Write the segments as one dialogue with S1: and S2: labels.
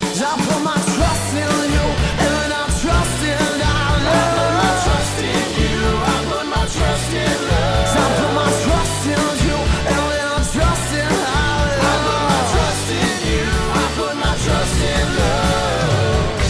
S1: I put my trust in you, and I trust in our love. I trust in you. I put my trust in love. I put my trust in you, and I trust in our love. I put my trust in you. I put my trust in love.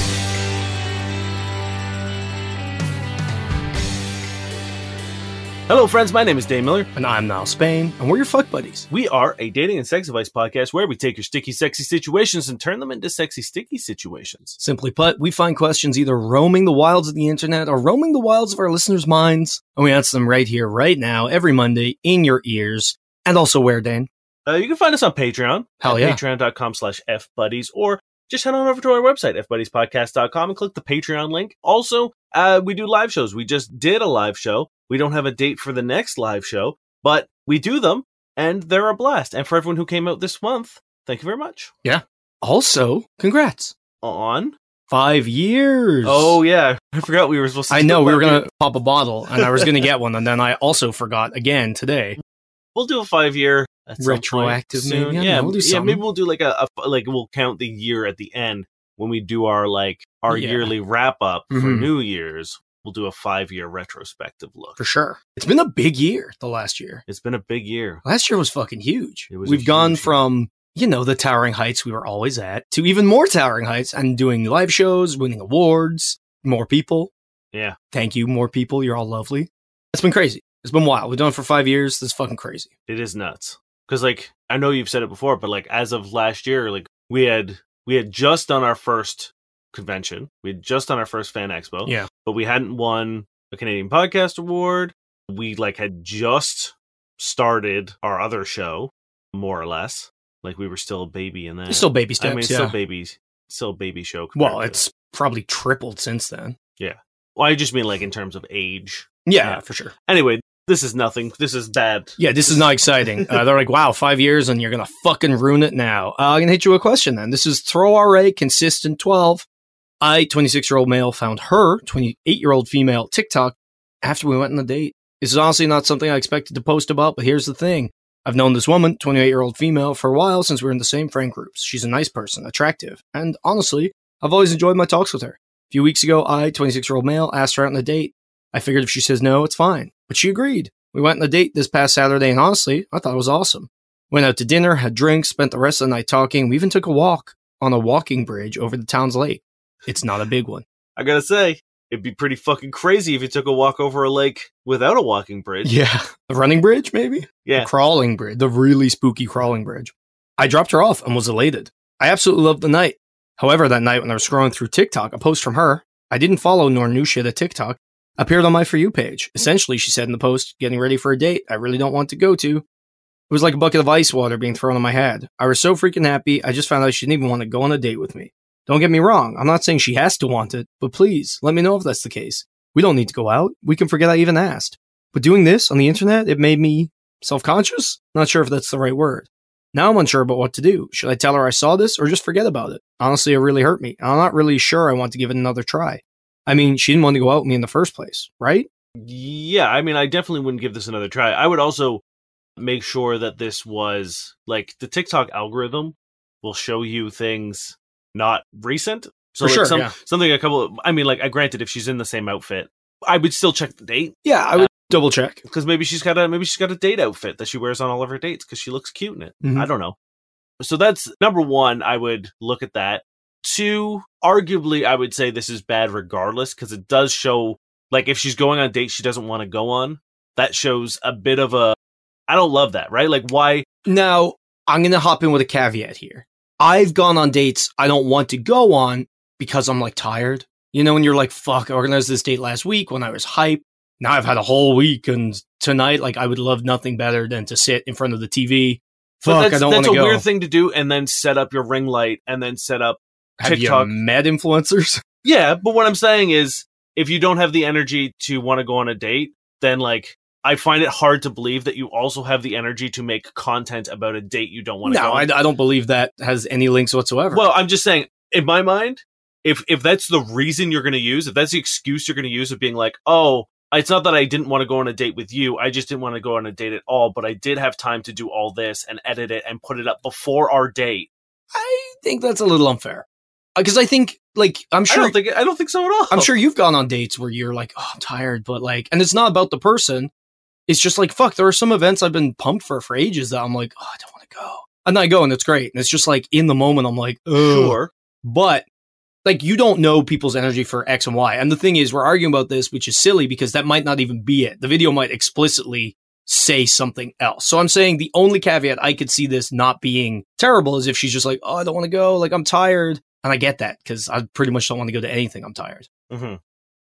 S2: Hello, friends. My name is Dave Miller.
S3: And I'm Niall Spain, and we're your fuck buddies.
S2: We are a dating and sex advice podcast where we take your sticky, sexy situations and turn them into sexy, sticky situations.
S3: Simply put, we find questions either roaming the wilds of the internet or roaming the wilds of our listeners' minds, and we answer them right here, right now, every Monday, in your ears. And also where, Dan?
S2: Uh, you can find us on Patreon.
S3: Hell
S2: at
S3: Oh, yeah.
S2: Patreon.com slash fbuddies or just head on over to our website, fbuddiespodcast.com and click the Patreon link. Also, uh, we do live shows. We just did a live show. We don't have a date for the next live show, but we do them and they're a blast. And for everyone who came out this month, thank you very much.
S3: Also, congrats.
S2: On.
S3: Five years.
S2: Oh, yeah. I forgot we were supposed to.
S3: I
S2: do
S3: know, we
S2: that.
S3: were going to pop a bottle, and I was going to get one, and then I also forgot again today.
S2: we'll do a five year
S3: Retroactive,
S2: soon.
S3: maybe? I don't
S2: yeah,
S3: know, we'll do
S2: yeah. Maybe
S3: something.
S2: we'll do like a, a- like we'll count the year at the end when we do our like our
S3: Yeah.
S2: yearly wrap up for
S3: Mhm.
S2: New Year's. We'll do a five year retrospective look.
S3: For sure. It's been a big year, the last year.
S2: It's been a big year.
S3: Last year was fucking huge.
S2: It was a
S3: We've gone
S2: huge year.
S3: from, you know, the towering heights we were always at to even more towering heights and doing live shows, winning awards, more people.
S2: Yeah.
S3: Thank you, more people. You're all lovely. It's been crazy. It's been wild. We've done it for five years. This is fucking crazy.
S2: It is nuts because like I know you've said it before, but like as of last year, like we had we had just done our first convention. We had just done our first fan expo.
S3: Yeah.
S2: but we hadn't won a Canadian Podcast Award. We like had just started our other show, more or less. Like we were still a baby in that.
S3: It's still baby steps.
S2: I mean, it's
S3: yeah.
S2: still babies, still a baby show. compared
S3: well,
S2: to-
S3: it's probably tripled since then.
S2: Well, I just mean like in terms of age.
S3: Yeah,
S2: Yeah.
S3: for sure.
S2: Anyway, this is nothing. This is bad.
S3: Yeah, this is not exciting. Uh, they're like, wow, five years and you're going to fucking ruin it now. Uh, I'm going to hit you with a question then. This is throw RA consistent 12. I, 26 year old male, found her, 28 year old female, TikTok after we went on a date. This is honestly not something I expected to post about, but here's the thing. I've known this woman, 28 year old female, for a while since we were in the same friend groups. She's a nice person, attractive, and honestly, I've always enjoyed my talks with her. A few weeks ago, I, 26 year old male, asked her out on a date. I figured if she says no, it's fine. But she agreed. We went on a date this past Saturday, and honestly, I thought it was awesome. Went out to dinner, had drinks, spent the rest of the night talking. We even took a walk on a walking bridge over the town's lake. It's not a big one.
S2: I gotta say, it'd be pretty fucking crazy if you took a walk over a lake without a walking bridge.
S3: Yeah. The running bridge, maybe?
S2: Yeah.
S3: The crawling bridge, the really spooky crawling bridge. I dropped her off and was elated. I absolutely loved the night. However, that night when I was scrolling through TikTok, a post from her, I didn't follow nor knew she had a TikTok, appeared on my For You page. Essentially, she said in the post, getting ready for a date I really don't want to go to. It was like a bucket of ice water being thrown on my head. I was so freaking happy, I just found out she didn't even want to go on a date with me. Don't get me wrong, I'm not saying she has to want it, but please let me know if that's the case. We don't need to go out. We can forget I even asked. But doing this on the internet, it made me self conscious. Not sure if that's the right word. Now I'm unsure about what to do. Should I tell her I saw this or just forget about it? Honestly, it really hurt me. I'm not really sure I want to give it another try. I mean, she didn't want to go out with me in the first place, right?
S2: Yeah, I mean, I definitely wouldn't give this another try. I would also make sure that this was like the TikTok algorithm will show you things not recent. So
S3: For
S2: like
S3: sure,
S2: some,
S3: yeah.
S2: something a couple. Of, I mean, like, I granted, if she's in the same outfit, I would still check the date
S3: Yeah, I would Uh, double check.
S2: because maybe she's got a maybe she's got a date outfit that she wears on all of her dates because she looks cute in it.
S3: Mhm.
S2: I don't know. So that's number one. I would look at that. Two, arguably, I would say this is bad regardless because it does show like if she's going on dates she doesn't want to go on. That shows a bit of a. I don't love that, right? Like why?
S3: Now, I'm going to hop in with a caveat here. I've gone on dates I don't want to go on because I'm like tired. You know, when you're like, fuck, I organized this date last week when I was hype. Now I've had a whole week and tonight, like, I would love nothing better than to sit in front of the TV.
S2: But
S3: Fuck,
S2: that's,
S3: I don't want
S2: that's
S3: to
S2: a
S3: go.
S2: weird thing to do, and then set up your ring light, and then set up.
S3: Have
S2: TikTok.
S3: you met influencers?
S2: Yeah, but what I'm saying is, if you don't have the energy to want to go on a date, then like I find it hard to believe that you also have the energy to make content about a date you don't want to
S3: No,
S2: go.
S3: I,
S2: on.
S3: I don't believe that has any links whatsoever.
S2: well, I'm just saying, in my mind, if if that's the reason you're going to use, if that's the excuse you're going to use of being like, oh. It's not that I didn't want to go on a date with you. I just didn't want to go on a date at all, but I did have time to do all this and edit it and put it up before our date.
S3: I think that's a little unfair. because I think like I'm
S2: I
S3: sure
S2: don't think I don't think so at all.
S3: I'm sure you've gone on dates where you're like, oh, I'm tired, but like, and it's not about the person. It's just like, fuck, there are some events I've been pumped for for ages that I'm like, oh, I don't want to go. And I go and it's great. And it's just like in the moment, I'm like, oh,
S2: sure.
S3: but like you don't know people's energy for X and Y. And the thing is, we're arguing about this, which is silly because that might not even be it. The video might explicitly say something else. So I'm saying the only caveat I could see this not being terrible is if she's just like, oh, I don't want to go. Like, I'm tired. And I get that because I pretty much don't want to go to anything. I'm tired.
S2: Mhm.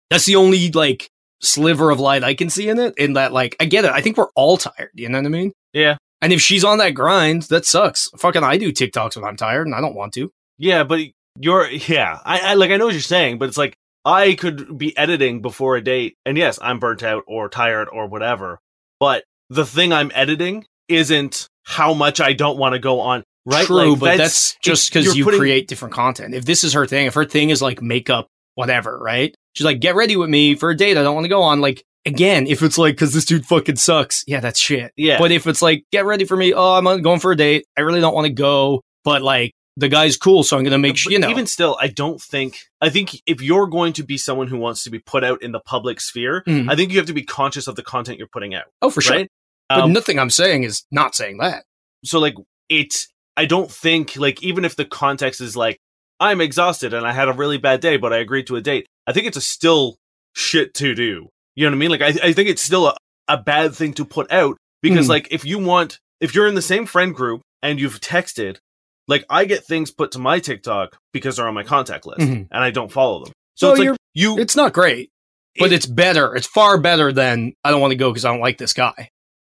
S3: That's the only like sliver of light I can see in it. In that, like, I get it. I think we're all tired. You know what I mean?
S2: Yeah.
S3: And if she's on that grind, that sucks. Fucking, I do TikToks when I'm tired and I don't want to.
S2: Yeah, but you're yeah. I, I like I know what you're saying, but it's like I could be editing before a date, and yes, I'm burnt out or tired or whatever. But the thing I'm editing isn't how much I don't want to go on. Right?
S3: True,
S2: Like,
S3: but that's, just
S2: you're
S3: because you
S2: putting-
S3: create different content. If this is her thing, if her thing is like makeup, whatever, right? She's like, get ready with me for a date I don't want to go on. Like, again, if it's like, because this dude fucking sucks, yeah, that's shit.
S2: yeah.
S3: But if it's like, get ready for me, oh, I'm on- going for a date. I really don't want to go, but like, the guy's cool, so I'm going to make sure,
S2: But
S3: you know.
S2: Even still, I don't think. I think if you're going to be someone who wants to be put out in the public sphere,
S3: Mm.
S2: I think you have to be conscious of the content you're putting out.
S3: oh, for sure.
S2: Right?
S3: But
S2: Um,
S3: nothing I'm saying is not saying that.
S2: so like it's i don't think like even if the context is like i'm exhausted and i had a really bad day but i agreed to a date i think it's a still shit to do you know what i mean like i, I think it's still a, a bad thing to put out because
S3: Hmm.
S2: like if you want if you're in the same friend group and you've texted like i get things put to my tiktok because they're on my contact list
S3: Mhm.
S2: and i don't follow them so
S3: No,
S2: it's like
S3: you're-
S2: you
S3: It's not great, but it's better. It's far better than I don't want to go because I don't like this guy.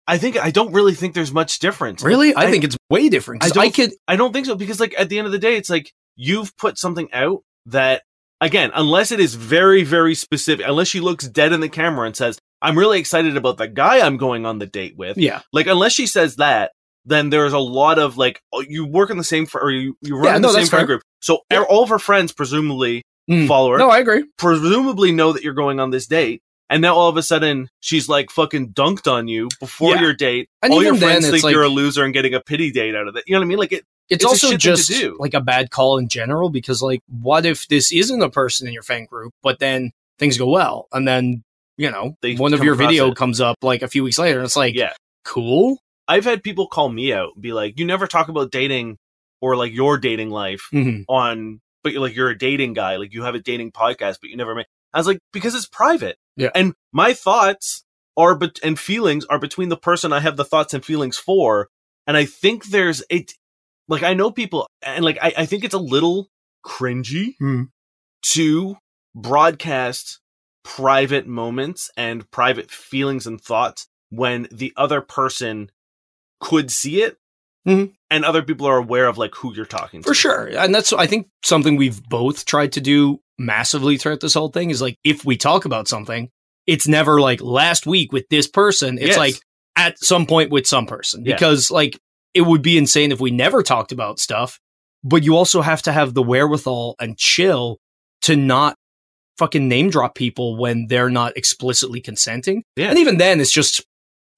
S2: i think i don't really think there's much difference
S3: Really? I,
S2: I-
S3: think it's way different. 'cause
S2: I don't
S3: I could,
S2: I don't think so because like at the end of the day, it's like you've put something out that again, unless it is very very specific, unless she looks dead in the camera and says, "I'm really excited about the guy I'm going on the date with,"
S3: yeah.
S2: like unless she says that, then there's a lot of like oh, you work in the same fr- or you you run
S3: Yeah,
S2: in
S3: no,
S2: the same
S3: that's
S2: friend
S3: fair.
S2: group, so
S3: Yeah.
S2: all of her friends presumably
S3: Mm.
S2: follow her,
S3: No, I agree.
S2: presumably know that you're going on this date. And now all of a sudden she's like fucking dunked on you before
S3: Yeah.
S2: your date.
S3: And
S2: all
S3: even
S2: your friends
S3: then, it's
S2: think you're a
S3: like-
S2: loser and getting a pity date out of it. You know what I mean? Like it,
S3: It's,
S2: It's a
S3: also
S2: shit thing to
S3: just
S2: do.
S3: like a bad call in general because, like, what if this isn't a person in your fan group, but then things go well, and then you know
S2: They
S3: one of
S2: come
S3: your
S2: across
S3: video
S2: it.
S3: comes up like a few weeks later, and it's like,
S2: Yeah.
S3: cool.
S2: I've had people call me out and be like, "You never talk about dating or like your dating life
S3: hmm
S2: on, but you're like you're a dating guy, like you have a dating podcast, but you never." Make-. I was like, "Because it's private,
S3: Yeah.
S2: and my thoughts are but and feelings are between the person I have the thoughts and feelings for, and I think there's it, like I know people, and like I, I think it's a little cringy
S3: Mm.
S2: to broadcast private moments and private feelings and thoughts when the other person could see it
S3: Mhm.
S2: and other people are aware of like who you're talking to
S3: For sure, and that's I think something we've both tried to do massively throughout this whole thing is like if we talk about something, it's never like last week with this person. It's
S2: Yes.
S3: like at some point with some person
S2: Yeah.
S3: because like it would be insane if we never talked about stuff but you also have to have the wherewithal and chill to not fucking name drop people when they're not explicitly consenting
S2: Yeah.
S3: and even then it's just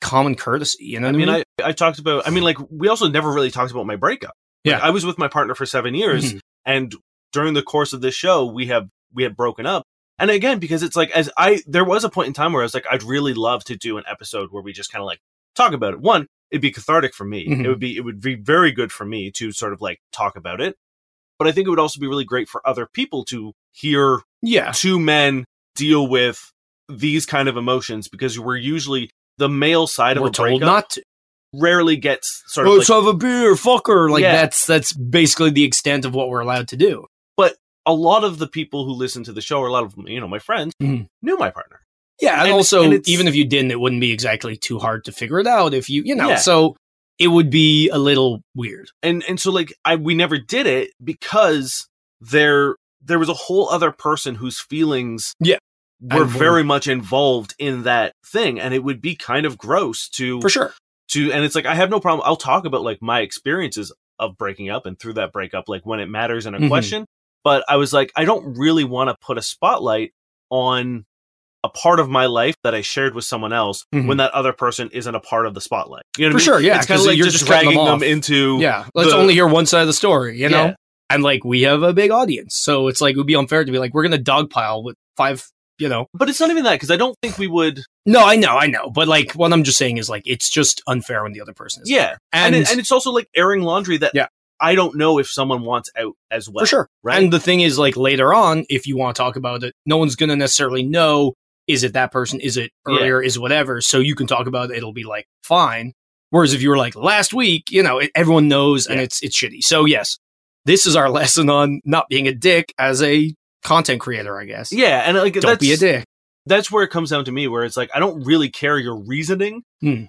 S3: common courtesy you know
S2: i
S3: what
S2: mean i i talked about i mean like we also never really talked about my breakup Like,
S3: Yeah.
S2: i was with my partner for seven years
S3: Mhm.
S2: and during the course of this show we have we had broken up and again because it's like as i there was a point in time where i was like i'd really love to do an episode where we just kind of like talk about it one it'd be cathartic for me
S3: Mhm.
S2: it would be it would be very good for me to sort of like talk about it but i think it would also be really great for other people to hear
S3: yeah
S2: two men deal with these kind of emotions because we're usually the male side of
S3: we're
S2: a
S3: told
S2: breakup
S3: not to
S2: rarely gets sort of
S3: oh
S2: like,
S3: so have a beer fucker like
S2: Yeah.
S3: that's that's basically the extent of what we're allowed to do
S2: a lot of the people who listen to the show or a lot of you know my friends
S3: Mhm.
S2: knew my partner
S3: Yeah, and,
S2: And-
S3: also
S2: and it's-
S3: even if you didn't, it wouldn't be exactly too hard to figure it out if you you know.
S2: Yeah.
S3: So it would be a little weird.
S2: and and so like I we never did it because there there was a whole other person whose feelings
S3: Yeah.
S2: were
S3: And-
S2: very much involved in that thing and it would be kind of gross to
S3: For sure.
S2: to and it's like I have no problem I'll talk about like my experiences of breaking up and through that breakup like when it matters in a
S3: Mhm.
S2: question but I was like I don't really want to put a spotlight on a part of my life that I shared with someone else
S3: Mhm.
S2: when that other person isn't a part of the spotlight you know what
S3: For
S2: I mean?
S3: sure, yeah,
S2: it's kind
S3: 'cause
S2: of like
S3: you're
S2: just
S3: just cutting them
S2: dragging them,
S3: off.
S2: into
S3: Yeah. Let's
S2: the-
S3: only hear one side of the story, you know?
S2: Yeah.
S3: And like we have a big audience. So it's like it would be unfair to be like, we're gonna dogpile with five, you know.
S2: But it's not even that because I don't think we would.
S3: No, I know, I know. But like what I'm just saying is like it's just unfair when the other person is.
S2: Yeah, and
S3: And,
S2: it- and it's also like airing laundry that
S3: Yeah.
S2: I don't know if someone wants out as well.
S3: for sure.
S2: right?
S3: And the thing is, like later on, if you want to talk about it, no one's going to necessarily know is it that person, is it
S2: Yeah.
S3: earlier, is it whatever. So you can talk about it; it'll be like fine. Whereas if you were like last week, you know, it, everyone knows, and
S2: Yeah.
S3: it's it's shitty. So yes, this is our lesson on not being a dick as a content creator, I guess.
S2: Yeah, and like
S3: Don't
S2: that's
S3: be a dick.
S2: that's where it comes down to me, where it's like I don't really care your reasoning
S3: Hmm.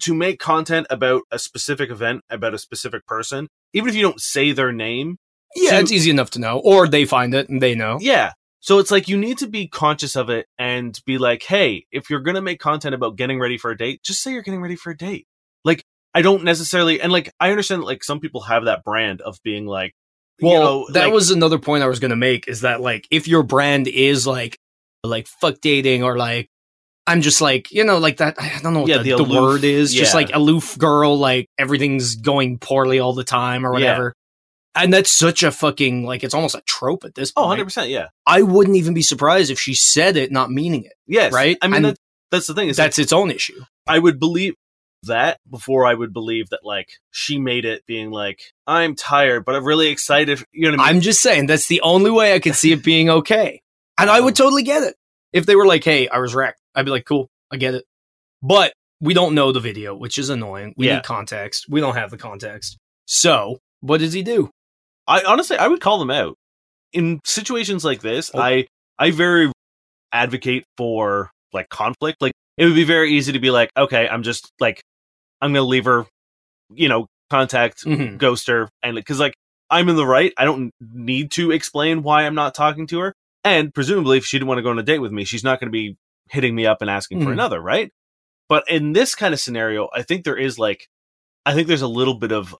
S2: to make content about a specific event about a specific person, even if you don't say their name.
S3: Yeah,
S2: to-
S3: it's easy enough to know, or they find it and they know.
S2: Yeah. So it's like you need to be conscious of it and be like, hey, if you're going to make content about getting ready for a date, just say you're getting ready for a date. Like, I don't necessarily, and like, I understand that like some people have that brand of being like,
S3: Well,
S2: you know,
S3: that
S2: like-
S3: was another point I was going to make is that like if your brand is like like fuck dating or like I'm just like you know like that I don't know what
S2: Yeah,
S3: the,
S2: the
S3: the
S2: aloof-
S3: word is just
S2: yeah.
S3: like aloof girl like everything's going poorly all the time
S2: Yeah.
S3: or whatever. And that's such a fucking like it's almost a trope at this
S2: oh,
S3: point.
S2: 100%. Yeah.
S3: I wouldn't even be surprised if she said it not meaning it.
S2: Yes.
S3: Right?
S2: I mean,
S3: And
S2: that, that's the thing. Is
S3: That's its own issue.
S2: I would believe that before I would believe that like she made it being like, I'm tired, but I'm really excited. You know what I mean?
S3: I'm just saying that's the only way I could see it being okay. And I
S2: Oh.
S3: would totally get it. If they were like, hey, I was wrecked, I'd be like, cool, I get it. But we don't know the video, which is annoying. We
S2: Yeah.
S3: need context. We don't have the context. So what does he do?
S2: I honestly, I would call them out in situations like this.
S3: Oh.
S2: I I very advocate for like conflict. Like it would be very easy to be like, okay, I'm just like I'm gonna leave her, you know, contact
S3: Mhm.
S2: ghost her, and because like I'm in the right, I don't need to explain why I'm not talking to her. And presumably, if she didn't want to go on a date with me, she's not going to be hitting me up and asking for
S3: Mhm.
S2: another, right? But in this kind of scenario, I think there is like, I think there's a little bit of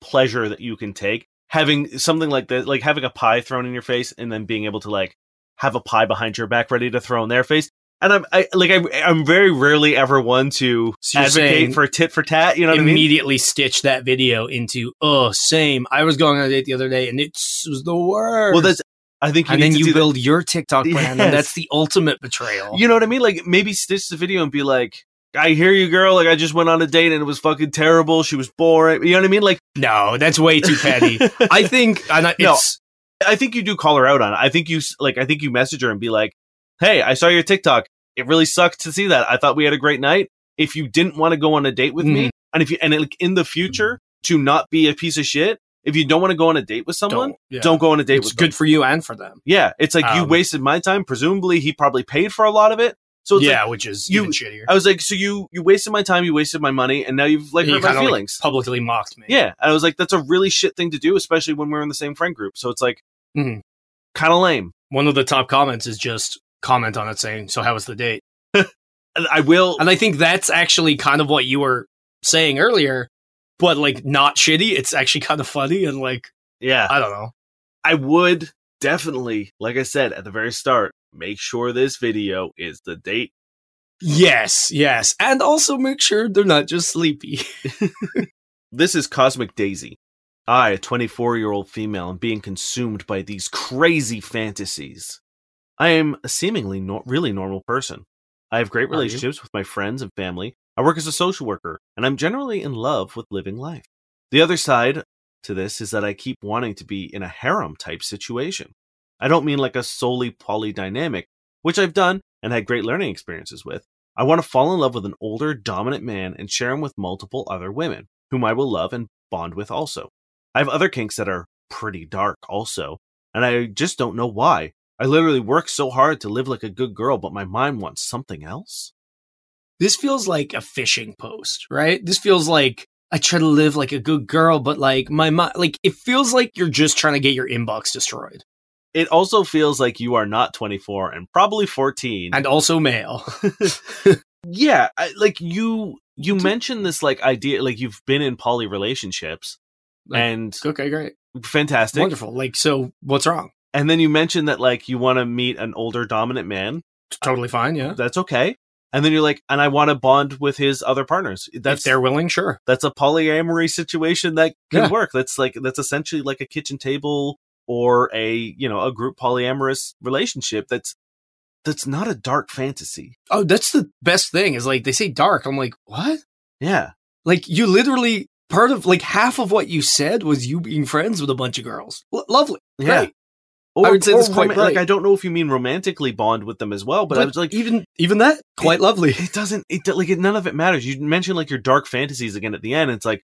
S2: pleasure that you can take having something like this, like having a pie thrown in your face and then being able to like have a pie behind your back ready to throw in their face. And I'm I, like I, I'm very rarely ever one to
S3: So you're
S2: advocate
S3: saying
S2: for tit for tat. You know what I mean?
S3: Immediately stitch that video into, oh, same. I was going on a date the other day and it s- was the worst.
S2: Well, that's I think you
S3: and
S2: need
S3: then
S2: to
S3: you
S2: do that-
S3: build your TikTok brand,
S2: Yes.
S3: and that's the ultimate betrayal.
S2: You know what I mean? Like maybe stitch the video and be like, "I hear you, girl. Like I just went on a date and it was fucking terrible. She was boring." You know what I mean? Like
S3: no, that's way too petty. I think, and I,
S2: No,
S3: it's,
S2: I think you do call her out on it. I think you s- like I think you message her and be like, "Hey, I saw your TikTok. It really sucked to see that. I thought we had a great night. If you didn't want to go on a date with
S3: Mm-hmm.
S2: me, and if you and like in the future to not be a piece of shit, if you don't want to go on a date with someone,
S3: don't, yeah.
S2: don't, go on a date
S3: it's
S2: with them.
S3: good for you and for them.
S2: Yeah, it's like you
S3: Um,
S2: wasted my time. Presumably, he probably paid for a lot of it. So it's like,
S3: yeah, which is
S2: you-
S3: even shittier.
S2: I was like, so you you wasted my time, you wasted my money, and now you've like
S3: You
S2: hurt my
S3: kinda, like,
S2: feelings.
S3: publicly mocked me.
S2: yeah, I was like, that's a really shit thing to do, especially when we're in the same friend group. So it's like,
S3: Mhm.
S2: kind of lame.
S3: One of the top comments is just comment on it saying, "So how was the date?"
S2: And I will.
S3: And I think that's actually kind of what you were saying earlier, but like not shitty. It's actually kind of funny and like
S2: yeah,
S3: I don't know.
S2: I would definitely, like I said at the very start, make sure this video is the date.
S3: Yes, yes, and also make sure they're not just sleepy.
S2: This is Cosmic Daisy. I, a 24 year old female, am being consumed by these crazy fantasies. I am a seemingly nor really normal person. I have great
S3: you?
S2: relationships with my friends and family. I work as a social worker, and I'm generally in love with living life. The other side to this is that I keep wanting to be in a harem type situation. I don't mean like a solely polydynamic, which I've done and had great learning experiences with. I want to fall in love with an older, dominant man and share him with multiple other women, whom I will love and bond with also. I have other kinks that are pretty dark also, and I just don't know why. I literally work so hard to live like a good girl, but my mind wants something else.
S3: This feels like a fishing post, right? This feels like I try to live like a good girl, but like my mind, like it feels like you're just trying to get your inbox destroyed,
S2: It also feels like you are not 24 and probably 14.
S3: and also mail.
S2: yeah I, like you you mentioned this like idea like you've been in poly relationships
S3: Like,
S2: and
S3: okay, great.
S2: fantastic
S3: Wonderful. Like, so what's wrong?
S2: and then you mentioned that like you want to meet an older dominant man
S3: It's totally fine. Yeah.
S2: that's okay and then you're like, and I want to bond with his other partners.
S3: That's
S2: That's
S3: if they're willing, sure.
S2: that's a polyamory situation that can
S3: Yeah.
S2: work. That's like that's essentially like a kitchen table or a you know a group polyamorous relationship. That's that's not a dark fantasy.
S3: Oh, that's the best thing is like they say dark. I'm like, what?
S2: Yeah,
S3: Like you literally part of like half of what you said was you being friends with a bunch of girls. L- lovely.
S2: yeah.
S3: Great. I would say that's quite
S2: like
S3: right.
S2: I don't know if you mean romantically bond with them as well, but, I was like.
S3: even even that quite lovely.
S2: it doesn't it do- like it, none of it matters you mentioned like your dark fantasies again at the end it's like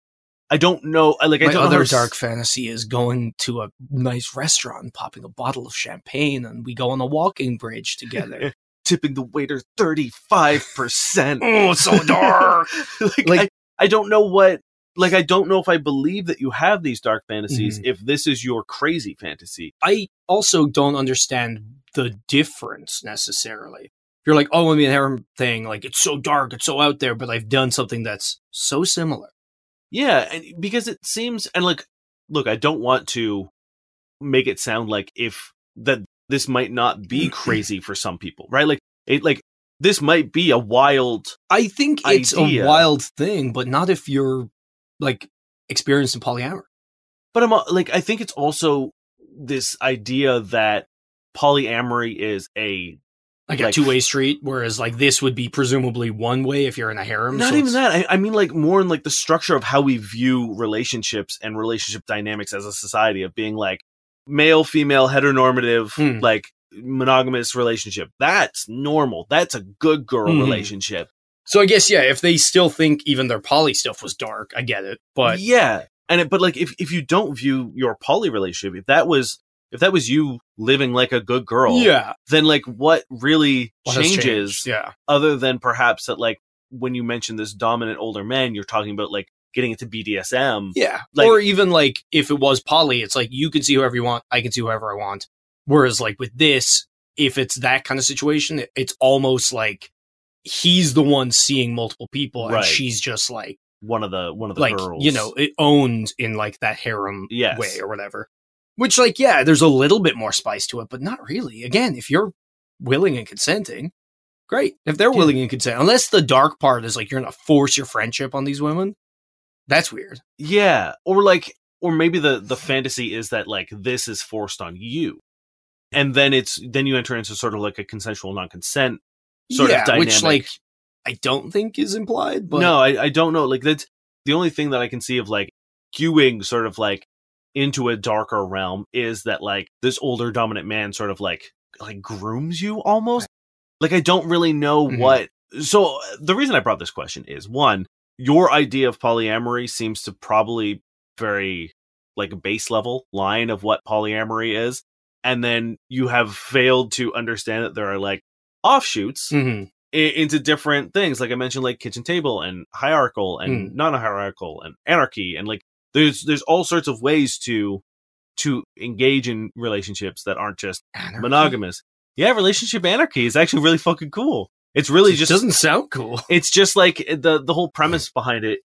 S2: i don't know I, like i
S3: My
S2: don't know how
S3: other
S2: to-
S3: dark fantasy is going to a nice restaurant, popping a bottle of champagne, and we go on a walking bridge together.
S2: tipping the waiter 35%
S3: oh, it's so dark.
S2: like,
S3: Like-
S2: I, I don't know what like i don't know if i believe that you have these dark fantasies if this is your crazy fantasy
S3: I also don't understand the difference necessarily. You're like, oh, I mean, harem thing, like it's so dark, it's so out there, but I've done something that's so similar.
S2: yeah and because it seems and like look i don't want to make it sound like if that this might not be crazy for some people right like it like this might be a wild
S3: I think it's
S2: Idea.
S3: a wild thing, but not if you're like experienced in polyamory.
S2: but I'm al- like I think it's also this idea that polyamory is a
S3: Like,
S2: Like-
S3: a two way street, whereas like this would be presumably one way if you're in a harem.
S2: not
S3: so
S2: even
S3: it's-
S2: that I, I mean like more in like the structure of how we view relationships and relationship dynamics as a society of being like male female heteronormative
S3: Hmm.
S2: like monogamous relationship that's normal that's a good girl
S3: Mhm.
S2: relationship
S3: So I guess yeah, if they still think even their poly stuff was dark, I get it. But
S2: yeah and it, but like if if you don't view your poly relationship if that was if that was you living like a good girl
S3: yeah,
S2: then like what really
S3: What has
S2: changes
S3: changed? Yeah,
S2: other than perhaps that like when you mention this dominant older man you're talking about like getting into bdsm
S3: yeah.
S2: Like-
S3: or even like if it was poly, it's like you can see whoever you want, I can see whoever I want. Whereas like with this, if it's that kind of situation, it- it's almost like he's the one seeing multiple people,
S2: Right.
S3: and she's just like
S2: one of the one of the
S3: like
S2: girls
S3: you know it owned in like that harem
S2: Yes.
S3: way or whatever. Which like yeah, there's a little bit more spice to it, but not really. Again, if you're willing and consenting, great. If they're
S2: Yeah.
S3: willing and consent, unless the dark part is like you're gonna force your friendship on these women, that's weird.
S2: yeah or like or maybe the the fantasy is that like this is forced on you and then it's then you enter into sort of like a consensual non-consent sort of dynamic
S3: which like I don't think is implied, but
S2: no I, I don't know like that's the only thing that i can see of like cueing sort of like into a darker realm is that like this older dominant man sort of like like grooms you almost like i don't really know
S3: Mhm.
S2: what so uh, the reason i brought this question is one your idea of polyamory seems to probably very like base level line of what polyamory is and then you have failed to understand that there are like offshoots
S3: Mhm.
S2: i- into different things like i mentioned like kitchen table and hierarchical and
S3: Hmm.
S2: non-hierarchical and anarchy and like there's there's all sorts of ways to to engage in relationships that aren't just
S3: Anarchy?
S2: monogamous yeah relationship anarchy is actually really fucking cool it's really
S3: It
S2: just
S3: doesn't sound cool.
S2: it's just like the the whole premise behind it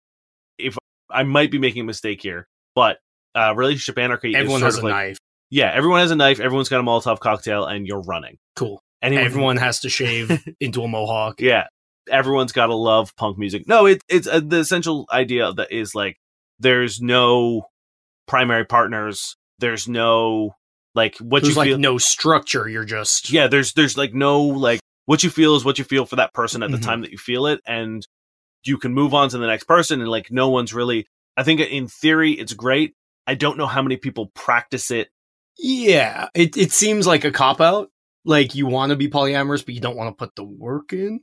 S2: if i might be making a mistake here but uh relationship anarchy is
S3: Everyone
S2: sort
S3: has a
S2: of like
S3: knife.
S2: yeah everyone has a knife everyone's got a molotov cocktail and you're running
S3: Cool.
S2: Anyone-
S3: Everyone has to shave into a mohawk.
S2: yeah everyone's got to love punk music no it, it's uh, the essential idea that is like there's no primary partners there's no like what
S3: There's
S2: you
S3: like
S2: feel
S3: no structure. You're just
S2: yeah there's there's like no like what you feel is what you feel for that person at the
S3: Mhm.
S2: time that you feel it and you can move on to the next person and like no one's really i think in theory it's great i don't know how many people practice it
S3: Yeah, it it seems like a cop out. Like you want to be polyamorous, but you don't want to put the work in.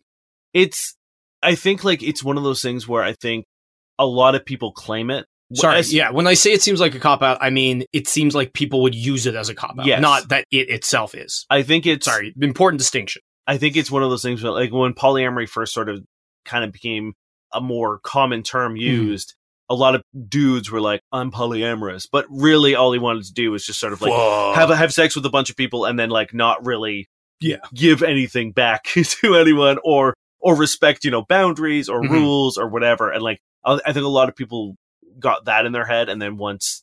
S2: it's i think like it's one of those things where i think a lot of people claim it
S3: Sorry,
S2: As-
S3: yeah. When I say it seems like a cop out, I mean it seems like people would use it as a cop out,
S2: Yes.
S3: not that it itself is.
S2: i think it's
S3: Sorry, important distinction.
S2: I think it's one of those things where, like, when polyamory first sort of kind of became a more common term used, a lot of dudes were like, "I'm polyamorous," but really, all he wanted to do was just sort of like
S3: Whoa.
S2: have have sex with a bunch of people and then like not really,
S3: Yeah.
S2: give anything back to anyone or or respect you know boundaries or
S3: Mhm.
S2: rules or whatever. And like, I I think a lot of people got that in their head, and then once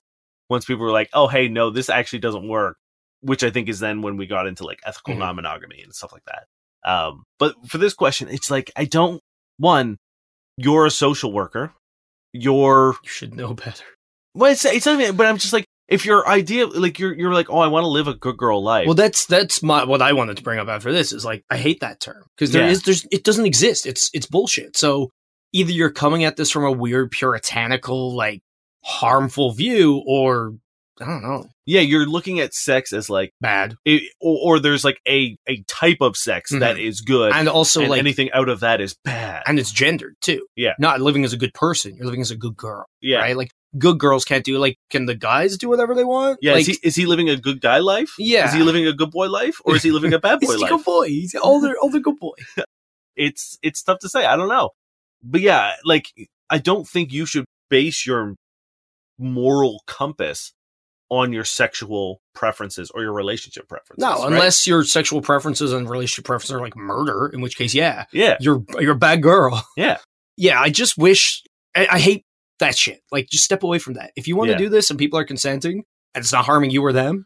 S2: once people were like, "Oh, hey, no, this actually doesn't work." Which I think is then when we got into like ethical
S3: Mhm.
S2: non monogamy and stuff like that. Um, but for this question, it's like I don't. One, you're a social worker. You're
S3: You should know better.
S2: well, it's it's not even. But I'm just like, if your idea, like you're you're like, oh, I want to live a good girl life.
S3: Well, that's that's my what I wanted to bring up after this is like I hate that term because there
S2: Yeah.
S3: is there's it doesn't exist. It's it's bullshit. So either you're coming at this from a weird puritanical like harmful view, or I don't know,
S2: yeah, you're looking at sex as like,
S3: bad.
S2: it, or, or there's like a a type of sex that is good, and,
S3: And Mm-hmm. also like
S2: anything out of that is bad.
S3: and it's gendered too.
S2: Yeah.
S3: not living as a good person. You're living as a good girl,
S2: yeah,
S3: right? Like good girls can't do like can the guys do whatever they want?
S2: yeah.
S3: like,
S2: is he is he living a good guy life?
S3: yeah.
S2: Is he living a good boy life, or is he living a bad boy
S3: He's a
S2: life?
S3: good boy. He's an older, older good boy.
S2: it's it's tough to say. I don't know. But yeah, like I don't think you should base your moral compass on your sexual preferences or your relationship preferences.
S3: No,
S2: right?
S3: unless your sexual preferences and relationship preferences are like murder, in which case, yeah,
S2: yeah,
S3: you're you're a bad girl.
S2: Yeah.
S3: yeah. I just wish I, I hate that shit. Like, just step away from that. If you want
S2: Yeah.
S3: to do this and people are consenting and it's not harming you or them,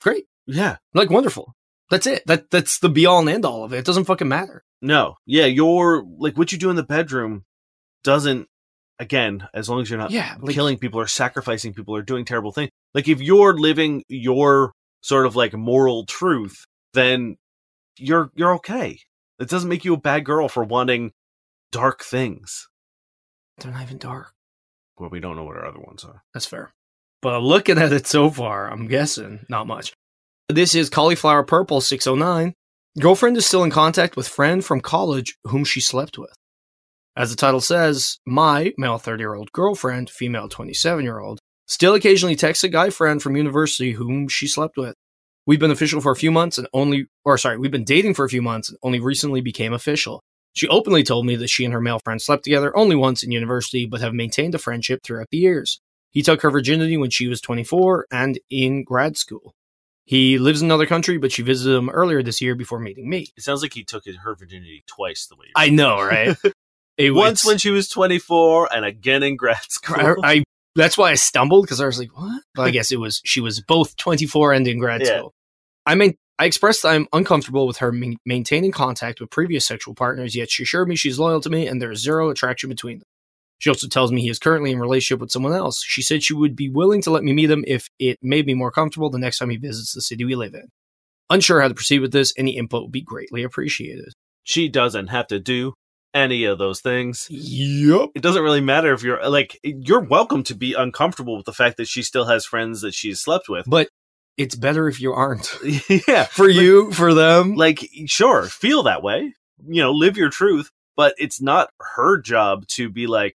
S3: great.
S2: yeah,
S3: Like, wonderful. That's it. That that's the be all and end all of it. It doesn't fucking matter.
S2: no, yeah. Your like what you do in the bedroom doesn't. Again, as long as you're not
S3: yeah, like,
S2: killing people or sacrificing people or doing terrible things. Like if you're living your sort of like moral truth, then you're you're okay. It doesn't make you a bad girl for wanting dark things.
S3: They're not even dark.
S2: Well, we don't know what our other ones are.
S3: That's fair. But looking at it so far, I'm guessing not much. This is Cauliflower Purple 609. Girlfriend is still in contact with friend from college whom she slept with. As the title says, my male 30 year old girlfriend, female 27 year old, still occasionally texts a guy friend from university whom she slept with. We've been official for a few months and only, or sorry, we've been dating for a few months and only recently became official. She openly told me that she and her male friend slept together only once in university, but have maintained a friendship throughout the years. He took her virginity when she was 24 and in grad school. He lives in another country, but she visited him earlier this year before meeting me.
S2: It sounds like he took his- her virginity twice the way.
S3: I know, right? It
S2: once when
S3: was-
S2: she was 24 and again in grad school.
S3: I, I- that's why I stumbled because I was like, "What?" But I guess it was she was both 24 and in grad
S2: Yeah.
S3: school. I mean, I expressed that I'm uncomfortable with her main maintaining contact with previous sexual partners, yet she assured me she's loyal to me and there is zero attraction between them. She also tells me he is currently in a relationship with someone else. She said she would be willing to let me meet him if it made me more comfortable the next time he visits the city we live in. Unsure how to proceed with this, any input would be greatly appreciated.
S2: she doesn't have to do any of those things.
S3: Yup.
S2: It doesn't really matter if you're like you're welcome to be uncomfortable with the fact that she still has friends that she's slept with.
S3: But it's better if you aren't.
S2: yeah,
S3: For you, for them.
S2: like sure feel that way you know live your truth but it's not her job to be like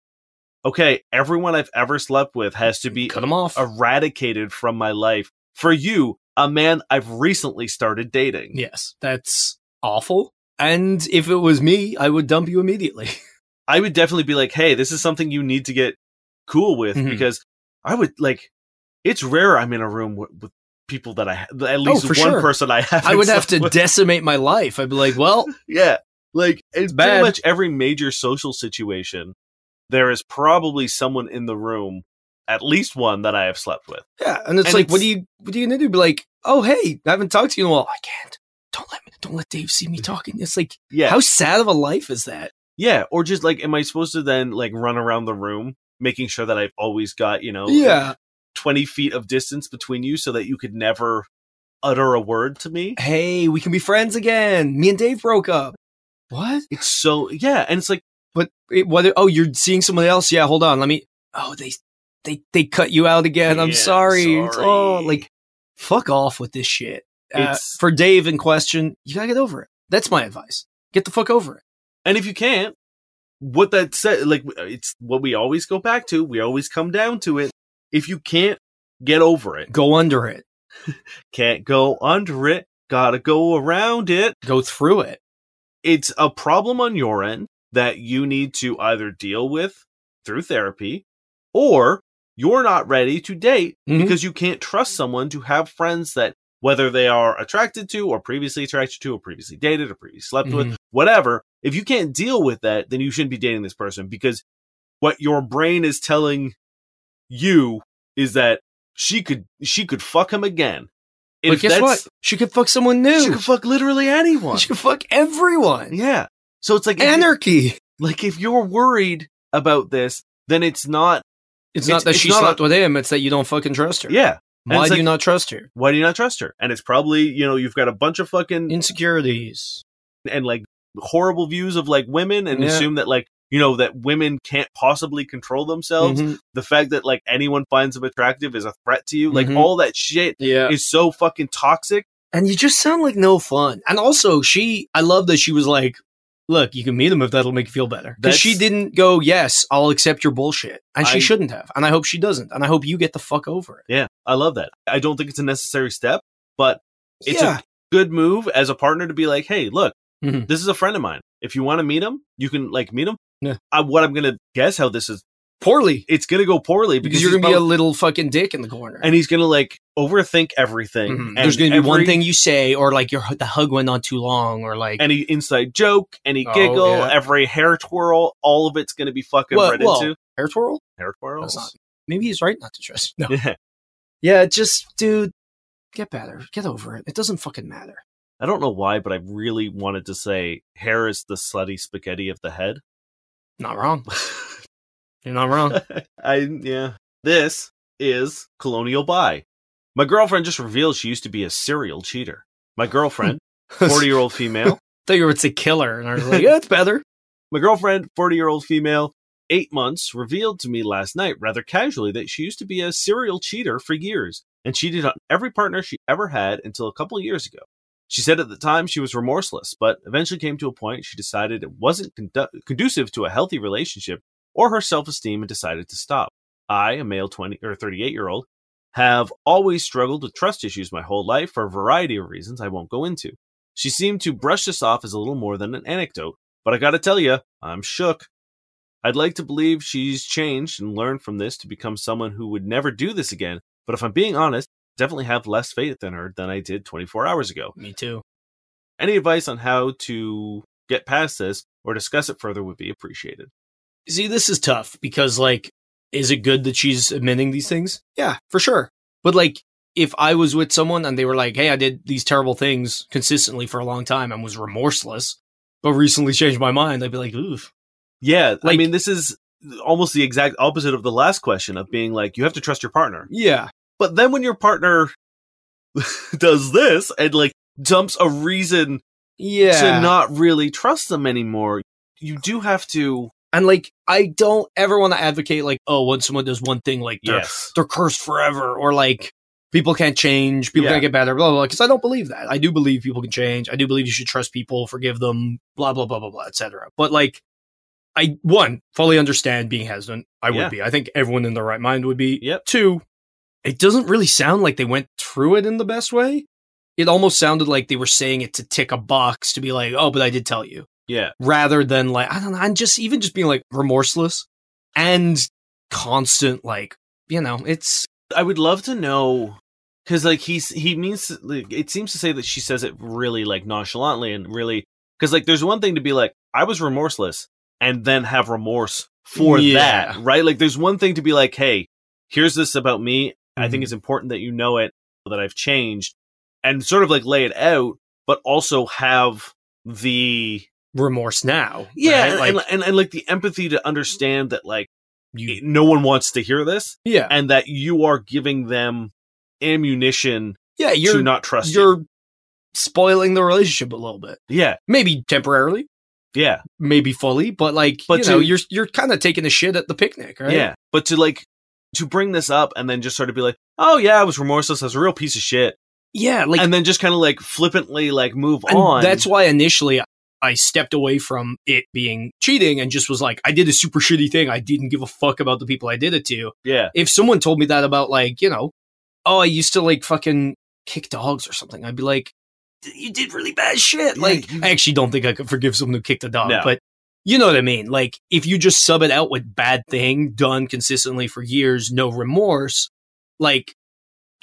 S2: okay everyone i've ever slept with has to be
S3: cut them off.
S2: eradicated from my life for you a man i've recently started dating
S3: Yes, that's awful. And if it was me, I would dump you immediately.
S2: i would definitely be like hey this is something you need to get cool with
S3: Mhm.
S2: because i would like it's rare i'm in a room with, with people that i ha- at least
S3: Oh, for
S2: one
S3: sure.
S2: person i have
S3: I would have to decimate my life. I'd be like, well,
S2: Yeah. Like it's
S3: bad.
S2: pretty much every major social situation, there is probably someone in the room, at least one that I have slept with.
S3: yeah. And it's
S2: And
S3: like,
S2: it's-
S3: what do you what are you gonna do? Be like, oh hey, I haven't talked to you in a while. I can't. Don't let me. Don't let Dave see me talking. It's like,
S2: Yeah.
S3: how sad of a life is that?
S2: yeah. Or just like, am I supposed to then like run around the room making sure that I've always got, you know,
S3: Oh, yeah.
S2: twenty feet of distance between you so that you could never utter a word to me?
S3: Hey, we can be friends again. Me and Dave broke up. What?
S2: It's so yeah, and it's like
S3: But it, whether oh you're seeing somebody else? Yeah. Hold on. Let me. Oh they they they cut you out again. I'm
S2: Yeah,
S3: sorry. It's- Oh
S2: sorry.
S3: like fuck off with this shit. Uh,
S2: It's-
S3: for Dave in question, you gotta get over it. That's my advice. Get the fuck over it.
S2: And if you can't, what that said, like uh, it's what we always go back to. We always come down to it. If you can't get over it,
S3: Go under it.
S2: can't go under it, gotta go around it.
S3: Go through it.
S2: It's a problem on your end that you need to either deal with through therapy or you're not ready to date
S3: Mhm.
S2: because you can't trust someone to have friends that whether they are attracted to or previously attracted to or previously dated or previously slept
S3: Mhm.
S2: with whatever if you can't deal with that then you shouldn't be dating this person because what your brain is telling you is that she could she could fuck him again
S3: but guess
S2: that's-
S3: what? She could fuck someone new.
S2: She could fuck literally anyone.
S3: She could fuck everyone.
S2: yeah. So it's like if-
S3: Anarchy.
S2: like if you're worried about this, then it's not. It's-
S3: It's, not that
S2: it's
S3: she
S2: not
S3: slept
S2: a-
S3: with him. It's that you don't fucking trust her.
S2: Yeah. And
S3: Why
S2: it's
S3: do
S2: like-
S3: you not trust her?
S2: Why do you not trust her? And it's probably you know you've got a bunch of fucking
S3: Insecurities.
S2: and like horrible views of like women and
S3: Yeah.
S2: assume that like you know that women can't possibly control themselves.
S3: Mhm.
S2: The fact that like anyone finds them attractive is a threat to you. Like
S3: Mhm.
S2: all that shit
S3: Yeah.
S2: is so fucking toxic.
S3: and you just sound like no fun. And also, she, I love that she was like, "Look, you can meet him if that'll make you feel better." Because
S2: That's-
S3: she didn't go, "Yes, I'll accept your bullshit," and she
S2: I-
S3: shouldn't have. And I hope she doesn't. And I hope you get the fuck over it.
S2: Yeah, I love that. I don't think it's a necessary step, but it's
S3: yeah,
S2: a good move as a partner to be like, hey, look,
S3: Mhm.
S2: this is a friend of mine. If you want to meet him, you can like meet him.
S3: Yeah.
S2: I, what I'm gonna guess how this is,
S3: poorly
S2: it's gonna go poorly
S3: because, you're gonna
S2: he's
S3: be a
S2: prob-
S3: little fucking dick in the corner.
S2: and he's gonna like overthink everything.
S3: Mhm.
S2: And
S3: there's gonna be one
S2: every-
S3: thing you say, or like your the hug went on too long, or like
S2: any inside joke, any
S3: Oh,
S2: giggle,
S3: yeah.
S2: every hair twirl, all of it's gonna be fucking
S3: Well,
S2: read
S3: well,
S2: into
S3: hair twirl.
S2: hair
S3: That's
S2: twirls.
S3: not. Maybe he's right not to trust. No.
S2: Yeah.
S3: Yeah, just dude, get better, get over it. It doesn't fucking matter.
S2: I don't know why, but I really wanted to say hair is the slutty spaghetti of the head.
S3: Not wrong. You're not wrong.
S2: I yeah. This is Colonial Buy. My girlfriend just revealed she used to be a serial cheater. My girlfriend, 40-year-old female.
S3: thought you were to say killer, and I was like, yeah, it's better.
S2: My girlfriend, 40-year-old female, 8 months revealed to me last night rather casually that she used to be a serial cheater for years and cheated on every partner she ever had until a couple of years ago. She said at the time she was remorseless, but eventually came to a point she decided it wasn't condu- conducive to a healthy relationship or her self esteem and decided to stop. I, a male 20 or 38 year old, have always struggled with trust issues my whole life for a variety of reasons I won't go into. She seemed to brush this off as a little more than an anecdote, but I gotta tell you, I'm shook. I'd like to believe she's changed and learned from this to become someone who would never do this again, but if I'm being honest, I definitely have less faith in her than I did 24 hours ago.
S3: Me too.
S2: Any advice on how to get past this or discuss it further would be appreciated.
S3: See, this is tough because, like, is it good that she's admitting these things? Yeah, for sure. But, like, if I was with someone and they were like, hey, I did these terrible things consistently for a long time and was remorseless, but recently changed my mind, I'd be like, oof.
S2: Yeah, I
S3: Like-
S2: mean, this is almost the exact opposite of the last question of being like, you have to trust your partner.
S3: Yeah.
S2: But then when your partner does this and like dumps a reason
S3: Yeah.
S2: to not really trust them anymore, you do have to.
S3: and, like, I don't ever want to advocate, like, oh, when someone does one thing, like, they're,
S2: Yes.
S3: they're cursed forever, or like, people can't change, people
S2: Yeah.
S3: can't get better, blah, blah, Because I don't believe that. I do believe people can change. I do believe you should trust people, forgive them, blah, blah, blah, blah, blah, etc. But like, I, one, fully understand being hesitant. I
S2: Yeah.
S3: would be. I think everyone in their right mind would be.
S2: Yep.
S3: Two, it doesn't really sound like they went through it in the best way. It almost sounded like they were saying it to tick a box to be like, oh, but I did tell you
S2: Yeah.
S3: rather than like I don't know, and just even just being like remorseless and constant like you know it's
S2: I would love to know because like he's he means like, it seems to say that she says it really like nonchalantly and really because like there's one thing to be like I was remorseless and then have remorse for
S3: Yeah.
S2: that right like there's one thing to be like hey here's this about me I think
S3: Mhm.
S2: it's important that you know it that I've changed and sort of like lay it out but also have the
S3: remorse now
S2: yeah
S3: right?
S2: and,
S3: like
S2: and, and, and like the empathy to understand that like
S3: you,
S2: no one wants to hear this
S3: yeah
S2: and that you are giving them ammunition
S3: yeah
S2: to
S3: you're
S2: not trust you.
S3: you're spoiling the relationship a little bit
S2: Yeah,
S3: maybe temporarily
S2: yeah,
S3: maybe fully but like
S2: But
S3: you know
S2: to-
S3: you're you're kind of taking a shit at the picnic right
S2: yeah. But to like to bring this up and then just sort of be like, "Oh yeah, I was remorseless. I was a real piece of shit,"
S3: yeah like
S2: and then just kind of like flippantly like move
S3: And
S2: on.
S3: that's why initially I stepped away from it being cheating and just was like, I did a super shitty thing. I didn't give a fuck about the people I did it to.
S2: yeah,
S3: If someone told me that about, like, you know, oh, I used to like fucking kick dogs or something, I'd be like, "D- you did really bad shit.
S2: Yeah,
S3: like,
S2: you-
S3: I actually don't think I could forgive someone who kicked a dog,
S2: No.
S3: but you know what I mean? Like, if you just sub it out with bad thing done consistently for years, no remorse, like,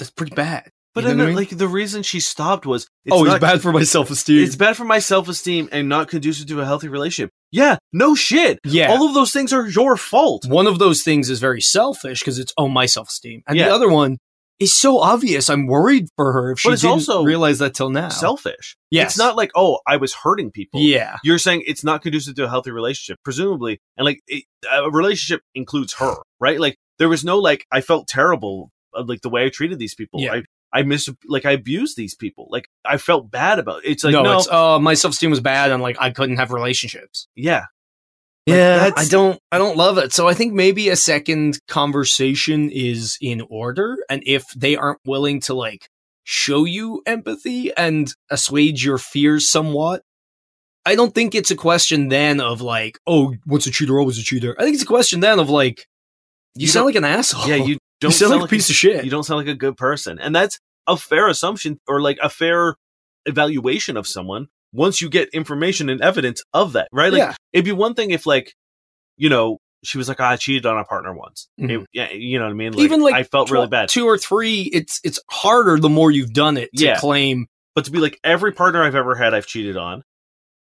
S3: that's pretty bad.
S2: but
S3: You know
S2: then
S3: what I mean?
S2: like the reason she stopped was it's
S3: oh,
S2: not-
S3: it's bad for my self esteem.
S2: It's bad for my self esteem and not conducive to a healthy relationship. Yeah, no shit.
S3: Yeah.
S2: All of those things are your fault.
S3: One of those things is very selfish because it's oh my self esteem, and
S2: Yeah.
S3: the other one It's so obvious. I'm worried for her if she
S2: But it's
S3: didn't
S2: also
S3: realize that till now.
S2: Selfish.
S3: yes.
S2: It's not like, oh, I was hurting people.
S3: Yeah.
S2: You're saying it's not conducive to a healthy relationship, presumably. And like it, a relationship includes her, right? Like there was no like, I felt terrible, uh, like the way I treated these people.
S3: Yeah.
S2: I, I mis, like I abused these people. Like I felt bad about it. It's like, no,
S3: no, it's uh, my self esteem was bad, and like I couldn't have relationships.
S2: yeah. Like,
S3: Yeah,
S2: that's-
S3: I don't, I don't love it. So I think maybe a second conversation is in order, and if they aren't willing to like show you empathy and assuage your fears somewhat, I don't think it's a question then of like, oh, once a cheater, always a cheater. I think it's a question then of like, you,
S2: You
S3: sound like an asshole.
S2: Yeah. You don't
S3: you sound, like a piece of shit.
S2: you don't sound like a good person. And that's a fair assumption or like a fair evaluation of someone once you get information and evidence of that, right? Like
S3: Yeah.
S2: it'd be one thing if like, you know, she was like, "Ah, I cheated on a partner once. It-
S3: Mhm.
S2: yeah, you know what I mean?
S3: Even, like,
S2: I felt really
S3: Tw-
S2: bad.
S3: Two or three, it's it's harder the more you've done it to
S2: Yeah.
S3: claim.
S2: but to be like every partner I've ever had, I've cheated on.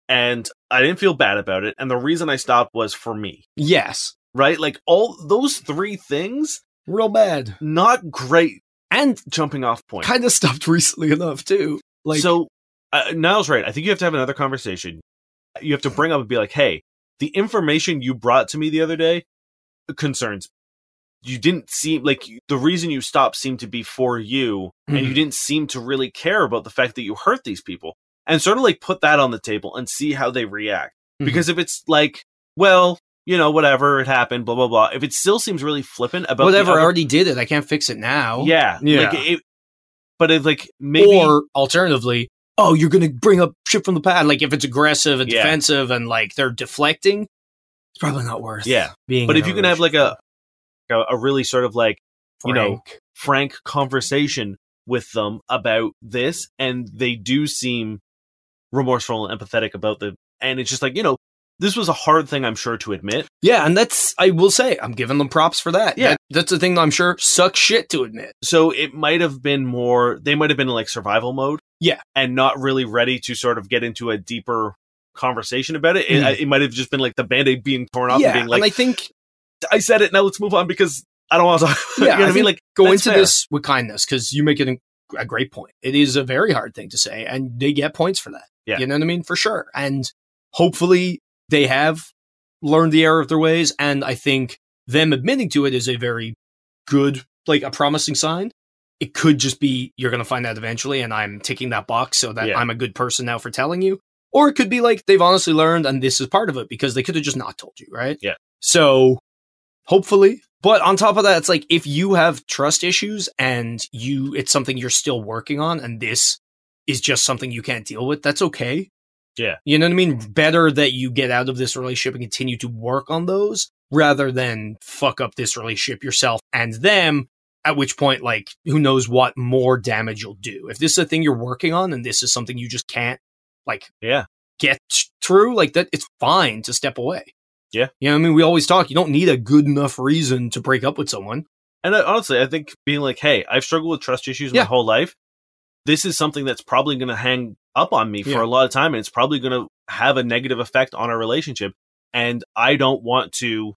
S2: And I didn't feel bad about it. And the reason I stopped was for me,
S3: Yes,
S2: right? Like all those three things,
S3: real bad.
S2: not great
S3: and
S2: jumping off point.
S3: kind of stopped recently enough too. Like,
S2: so uh, Niall's right. I think you have to have another conversation. You have to bring up and be like, "Hey, the information you brought to me the other day concerns me. you didn't seem like you- the reason you stopped seemed to be for you, and
S3: Mm-hmm.
S2: you didn't seem to really care about the fact that you hurt these people." And sort of like put that on the table and see how they react.
S3: Mhm.
S2: Because if it's like, well, you know, whatever it happened, blah blah blah. If it still seems really flippant about the
S3: whatever, I
S2: other-
S3: already did it. I can't fix it now.
S2: yeah,
S3: Yeah.
S2: Like, it, but it, like maybe
S3: Or alternatively, oh, you're gonna bring up shit from the pad. Like if it's aggressive and
S2: Yeah.
S3: defensive and like they're deflecting, it's probably not worth.
S2: Yeah.
S3: being.
S2: but
S3: in
S2: if you can have like a, a a really sort of like you know,
S3: Frank.
S2: frank conversation with them about this and they do seem remorseful and empathetic about the and it's just like you know this was a hard thing i'm sure to admit
S3: yeah, and that's I will say I'm giving them props for that.
S2: Yeah.
S3: That- that's the thing that I'm sure sucks shit to admit.
S2: so it might have been more they might have been in like survival mode
S3: Yeah.
S2: and not really ready to sort of get into a deeper conversation about it
S3: Mhm.
S2: it, it might have just been like the band-aid being torn off
S3: yeah,
S2: Hmm. and being like
S3: and I think
S2: I, said it now let's move on because i don't want to talk
S3: Yeah,
S2: you know
S3: I
S2: what i mean
S3: think-
S2: like
S3: go
S2: That's
S3: into
S2: fair.
S3: this with kindness because you make it a- a great point. It is a very hard thing to say, and they get points for that.
S2: Yeah.
S3: You know what I mean? For sure. And hopefully they have learned the error of their ways. And I think them admitting to it is a very good, like a promising sign. It could just be you're going to find out eventually, and I'm ticking that box so that
S2: Yeah.
S3: I'm a good person now for telling you. Or it could be like they've honestly learned, and this is part of it because they could have just not told you, right?
S2: Yeah.
S3: So hopefully but on top of that it's like if you have trust issues and you it's something you're still working on and this is just something you can't deal with that's okay
S2: Yeah.
S3: you know what i mean better that you get out of this relationship and continue to work on those rather than fuck up this relationship yourself and them at which point like who knows what more damage you'll do if this is a thing you're working on and this is something you just can't like
S2: Yeah.
S3: get through like that it's fine to step away you know, what I mean, we always talk. You don't need a good enough reason to break up with someone.
S2: And I, honestly, I think being like, "Hey, I've struggled with trust issues
S3: Yeah.
S2: my whole life. This is something that's probably going to hang up on me for
S3: Yeah.
S2: a lot of time, and it's probably going to have a negative effect on our relationship. And I don't want to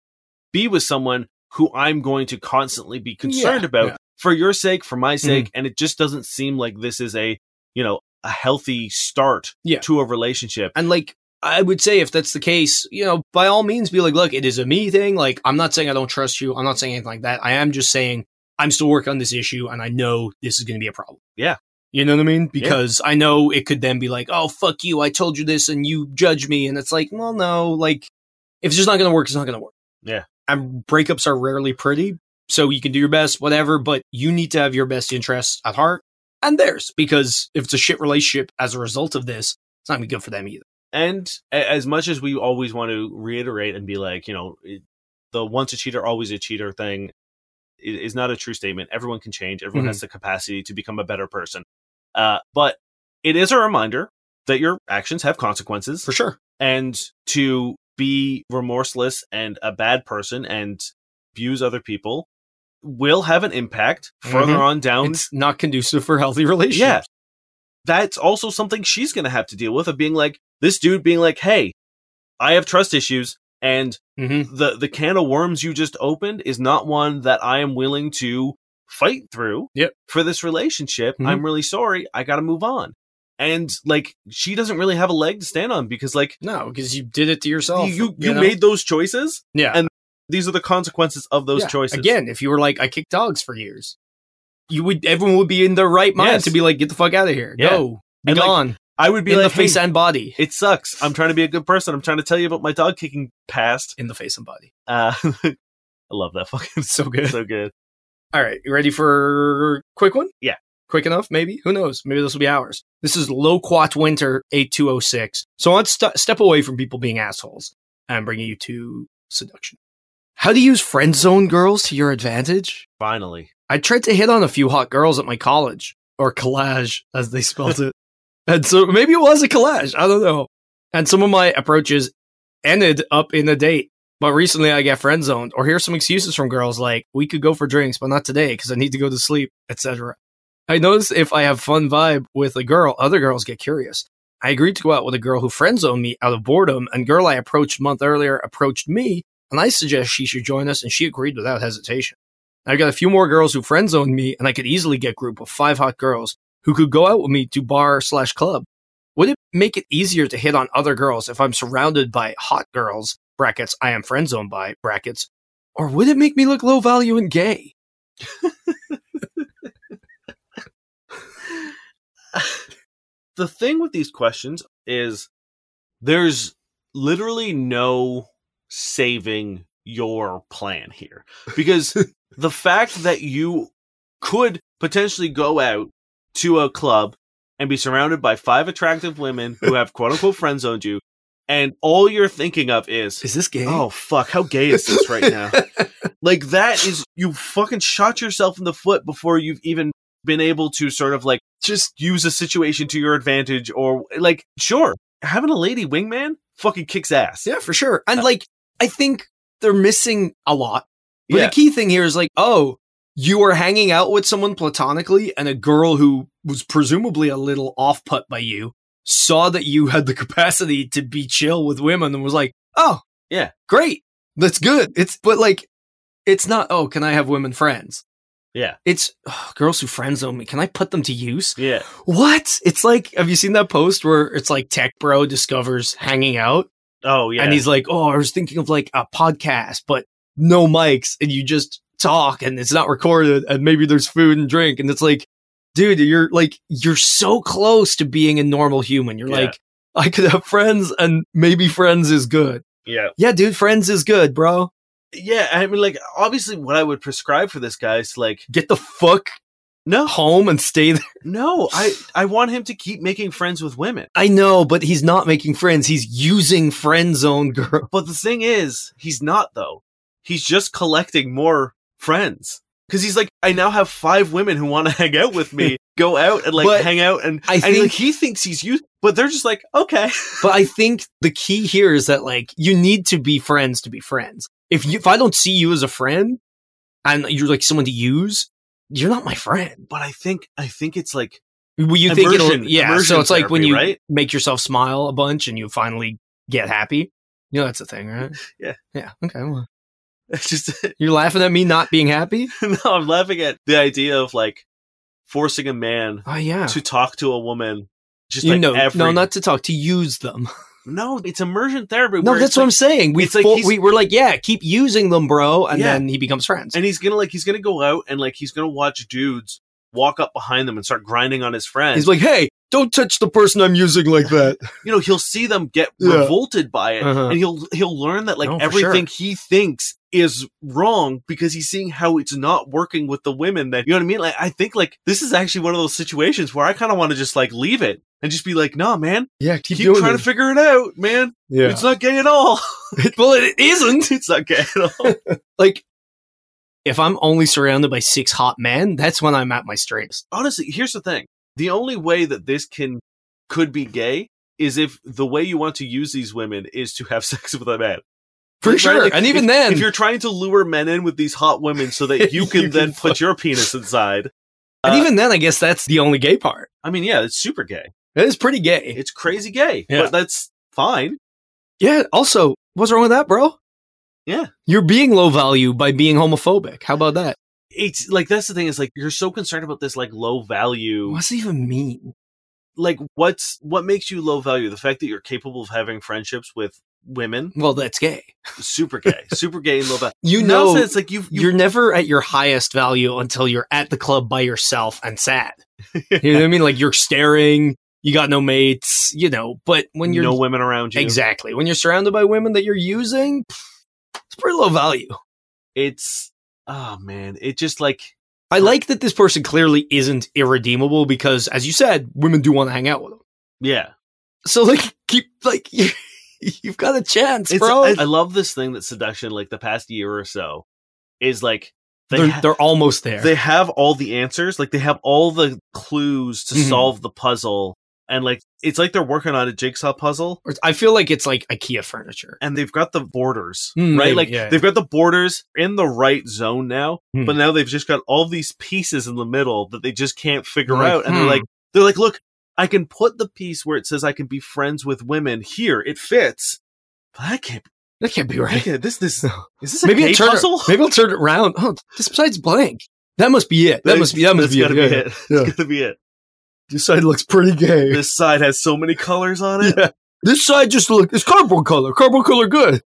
S2: be with someone who I'm going to constantly be concerned
S3: Yeah,
S2: about
S3: yeah. Mm-hmm.
S2: for your sake, for my sake. And it just doesn't seem like this is a you know a healthy start
S3: Yeah.
S2: to a relationship.
S3: And like, I would say if that's the case, you know, by all means, be like, look, it is a me thing. Like, I'm not saying I don't trust you. I'm not saying anything like that. I am just saying I'm still working on this issue, and I know this is going to be a problem.
S2: Yeah.
S3: you know what I mean? Because I know it could then be like, oh fuck you, I told you this, and you judge me, and it's like, well, no, like, if it's just not going to work, it's not going to work.
S2: Yeah.
S3: and breakups are rarely pretty, so you can do your best, whatever, but you need to have your best interests at heart and theirs because if it's a shit relationship as a result of this, it's not going to be good for them either.
S2: And a- as much as we always want to reiterate and be like, you know, it- the once a cheater, always a cheater thing i- is not a true statement. Everyone can change, everyone
S3: Mhm.
S2: has the capacity to become a better person. Uh, but it is a reminder that your actions have consequences
S3: For sure.
S2: and to be remorseless and a bad person and abuse other people will have an impact further
S3: Mhm.
S2: on down
S3: It's not conducive for healthy relationships.
S2: yeah. That's also something she's going to have to deal with of being like this dude being like, "Hey, I have trust issues and
S3: Mhm.
S2: Mm-hmm. the the can of worms you just opened is not one that I am willing to fight through
S3: Yep.
S2: for this relationship.
S3: Mhm.
S2: I'm really sorry. I got to move on. And like she doesn't really have a leg to stand on because like
S3: No, because you did it to yourself.
S2: you you,
S3: know?
S2: made those choices.
S3: yeah
S2: and These are the consequences of those
S3: Yeah.
S2: choices.
S3: again. If you were like, I kicked dogs for years, you would everyone would be in their right mind
S2: Yes.
S3: to be like, get the fuck out of here,
S2: Yeah.
S3: go, be
S2: And, like,
S3: gone,
S2: I would be
S3: in
S2: like,
S3: the face
S2: "Hey,
S3: and body,
S2: it sucks. I'm trying to be a good person. I'm trying to tell you about my dog kicking past.
S3: in the face and body.
S2: Uh, I love that fucking
S3: It's so good.
S2: so good.
S3: All right, you ready for a quick one?
S2: Yeah.
S3: Quick enough, maybe? Who knows? Maybe this will be ours. This is Loquat Winter 8206. So let's st- step away from people being assholes and bringing you to seduction. How to use friend zone girls to your advantage?
S2: Finally,
S3: I tried to hit on a few hot girls at my college, or collage as they spelled it. And so maybe it was a collage. I don't know. And some of my approaches ended up in a date. But recently I got friend zoned, or here's some excuses from girls like, we could go for drinks, but not today because I need to go to sleep, etc. I noticed if I have fun vibe with a girl, other girls get curious. I agreed to go out with a girl who friend zoned me out of boredom, and girl I approached a month earlier approached me, and I suggest she should join us, and she agreed without hesitation. I've got a few more girls who friend zoned me, and I could easily get a group of five hot girls who could go out with me to bar slash club. Would it make it easier to hit on other girls if I'm surrounded by hot girls brackets I am friend zoned by brackets, or would it make me look low value and gay?
S2: the thing with these questions is there's literally no saving your plan here because the fact that you could potentially go out to a club and be surrounded by five attractive women who have quote unquote friend zoned you and all you're thinking of is
S3: Is this gay?
S2: oh fuck how gay is this right now like that is you fucking shot yourself in the foot before you've even been able to sort of like just use a situation to your advantage or like sure having a lady wingman fucking kicks ass
S3: yeah, for sure.
S2: Uh,
S3: And like, I think they're missing a lot. But
S2: Yeah.
S3: the key thing here is like, oh, you are hanging out with someone platonically, and a girl who was presumably a little off put by you saw that you had the capacity to be chill with women and was like, oh,
S2: Yeah.
S3: great, that's good. It's but like, it's not. Oh, can I have women friends?
S2: Yeah.
S3: it's ugh, girls who friend zone me. Can I put them to use?
S2: yeah
S3: What? It's like, have you seen that post where it's like tech bro discovers hanging out?
S2: oh yeah
S3: and he's like, "Oh, I was thinking of like a podcast, but no mics, and you just talk, and it's not recorded, and maybe there's food and drink." And it's like, dude, you're like, you're so close to being a normal human. You're
S2: Yeah.
S3: like, I could have friends, and maybe friends is good.
S2: yeah
S3: Yeah, dude, friends is good, bro.
S2: yeah i mean like obviously what i would prescribe for this guy is like
S3: Get the fuck
S2: no
S3: home and stay there.
S2: no i i want him to keep making friends with women
S3: I know, but he's not making friends. He's using friend zone girl.
S2: But the thing is, he's not though. He's just collecting more friends because he's like, I now have five women who want to hang out with me, go out and like
S3: But
S2: hang out, and
S3: I
S2: and,
S3: think-
S2: like, he thinks he's used, but they're just like, okay,
S3: but I think the key here is that like you need to be friends to be friends. If you if I don't see you as a friend and you're like someone to use, you're not my friend.
S2: but I think I think it's like
S3: Well, you think it'll,
S2: Immersion-
S3: yeah.
S2: immersion
S3: So it's like when
S2: therapy,
S3: you
S2: right?
S3: make yourself smile a bunch and you finally get happy. You know that's a thing, right?
S2: Yeah.
S3: Yeah. Okay. Well,
S2: it's just
S3: you're laughing at me not being happy.
S2: no, I'm laughing at the idea of like forcing a man
S3: Oh yeah.
S2: to talk to a woman. Just
S3: you
S2: like
S3: know,
S2: every,
S3: no, not to talk, to use them.
S2: no, it's immersion therapy.
S3: No,
S2: where
S3: that's
S2: it's
S3: what
S2: like-
S3: I'm saying. We,
S2: it's like
S3: full-
S2: he's-
S3: we were like, yeah, keep using them, bro, and
S2: Yeah.
S3: then he becomes friends.
S2: and he's gonna like he's gonna go out and like he's gonna watch dudes walk up behind them and start grinding on his friends.
S3: He's like, hey, don't touch the person I'm using like that.
S2: you know he'll see them get
S3: Yeah.
S2: revolted by it
S3: Uh-huh.
S2: and he'll he'll learn that like
S3: No, for
S2: everything he thinks is wrong because he's seeing how it's not working with the women that you know what i mean like i think like this is actually one of those situations where i kind of want to just like leave it and just be like nah man
S3: Yeah,
S2: keep, trying to figure it out man
S3: yeah.
S2: it's not gay at all
S3: well, it isn't.
S2: it's not gay at all
S3: Like, if I'm only surrounded by six hot men, that's when I'm at my straightest.
S2: honestly here's the thing the only way that this can could be gay is if the way you want to use these women is to have sex with a man
S3: For
S2: Right?
S3: sure.
S2: Like,
S3: and even
S2: if-
S3: then,
S2: if you're trying to lure men in with these hot women so that you
S3: You
S2: can
S3: can
S2: then
S3: fuck.
S2: put your penis inside,
S3: and
S2: uh,
S3: even then, I guess that's the only gay part.
S2: I mean, yeah, it's super gay.
S3: It is pretty gay.
S2: It's crazy gay,
S3: Yeah.
S2: but that's fine.
S3: yeah. Also, what's wrong with that, bro?
S2: Yeah.
S3: You're being low value by being homophobic. How about that?
S2: it's like that's the thing is like you're so concerned about this like low value
S3: What's it even mean?
S2: like what's what makes you low value the fact that you're capable of having friendships with women
S3: Well, that's gay.
S2: super gay super gay and low value
S3: You know,
S2: it's like you've, you
S3: you're never at your highest value until you're at the club by yourself and sad. You know what I mean? Like you're staring, you got no mates, you know. But when you're
S2: no women around you
S3: exactly when you're surrounded by women that you're using, pff, it's pretty low value.
S2: it's oh man it just like
S3: I like that this person clearly isn't irredeemable because, as you said, women do want to hang out with them.
S2: yeah
S3: So like, keep like you've got a chance,
S2: It's-
S3: bro.
S2: I, I love this thing that seduction like the past year or so is like they
S3: they're,
S2: ha-
S3: they're almost there.
S2: they have all the answers like they have all the clues to
S3: Mhm.
S2: solve the puzzle and like it's like they're working on a jigsaw puzzle
S3: I feel like it's like IKEA furniture.
S2: and they've got the borders
S3: Hmm,
S2: right
S3: maybe,
S2: like
S3: yeah.
S2: they've got the borders in the right zone now
S3: Hmm.
S2: but now they've just got all these pieces in the middle that they just can't figure
S3: Like,
S2: out and
S3: hmm.
S2: they're like they're like look i can put the piece where it says i can be friends with women here it fits but i can't
S3: That can't be
S2: I
S3: right.
S2: can't- this this is this a
S3: Maybe
S2: gay
S3: I'll turn
S2: puzzle
S3: It, maybe I'll turn it around. Oh, this side's blank. That must be it. That must be that must
S2: That's
S3: be it.
S2: gotta
S3: Yeah,
S2: be
S3: yeah.
S2: it. That's gotta be it.
S3: This side looks pretty gay.
S2: This side has so many colors on it.
S3: Yeah. This side just look it's cardboard color. Cardboard color good.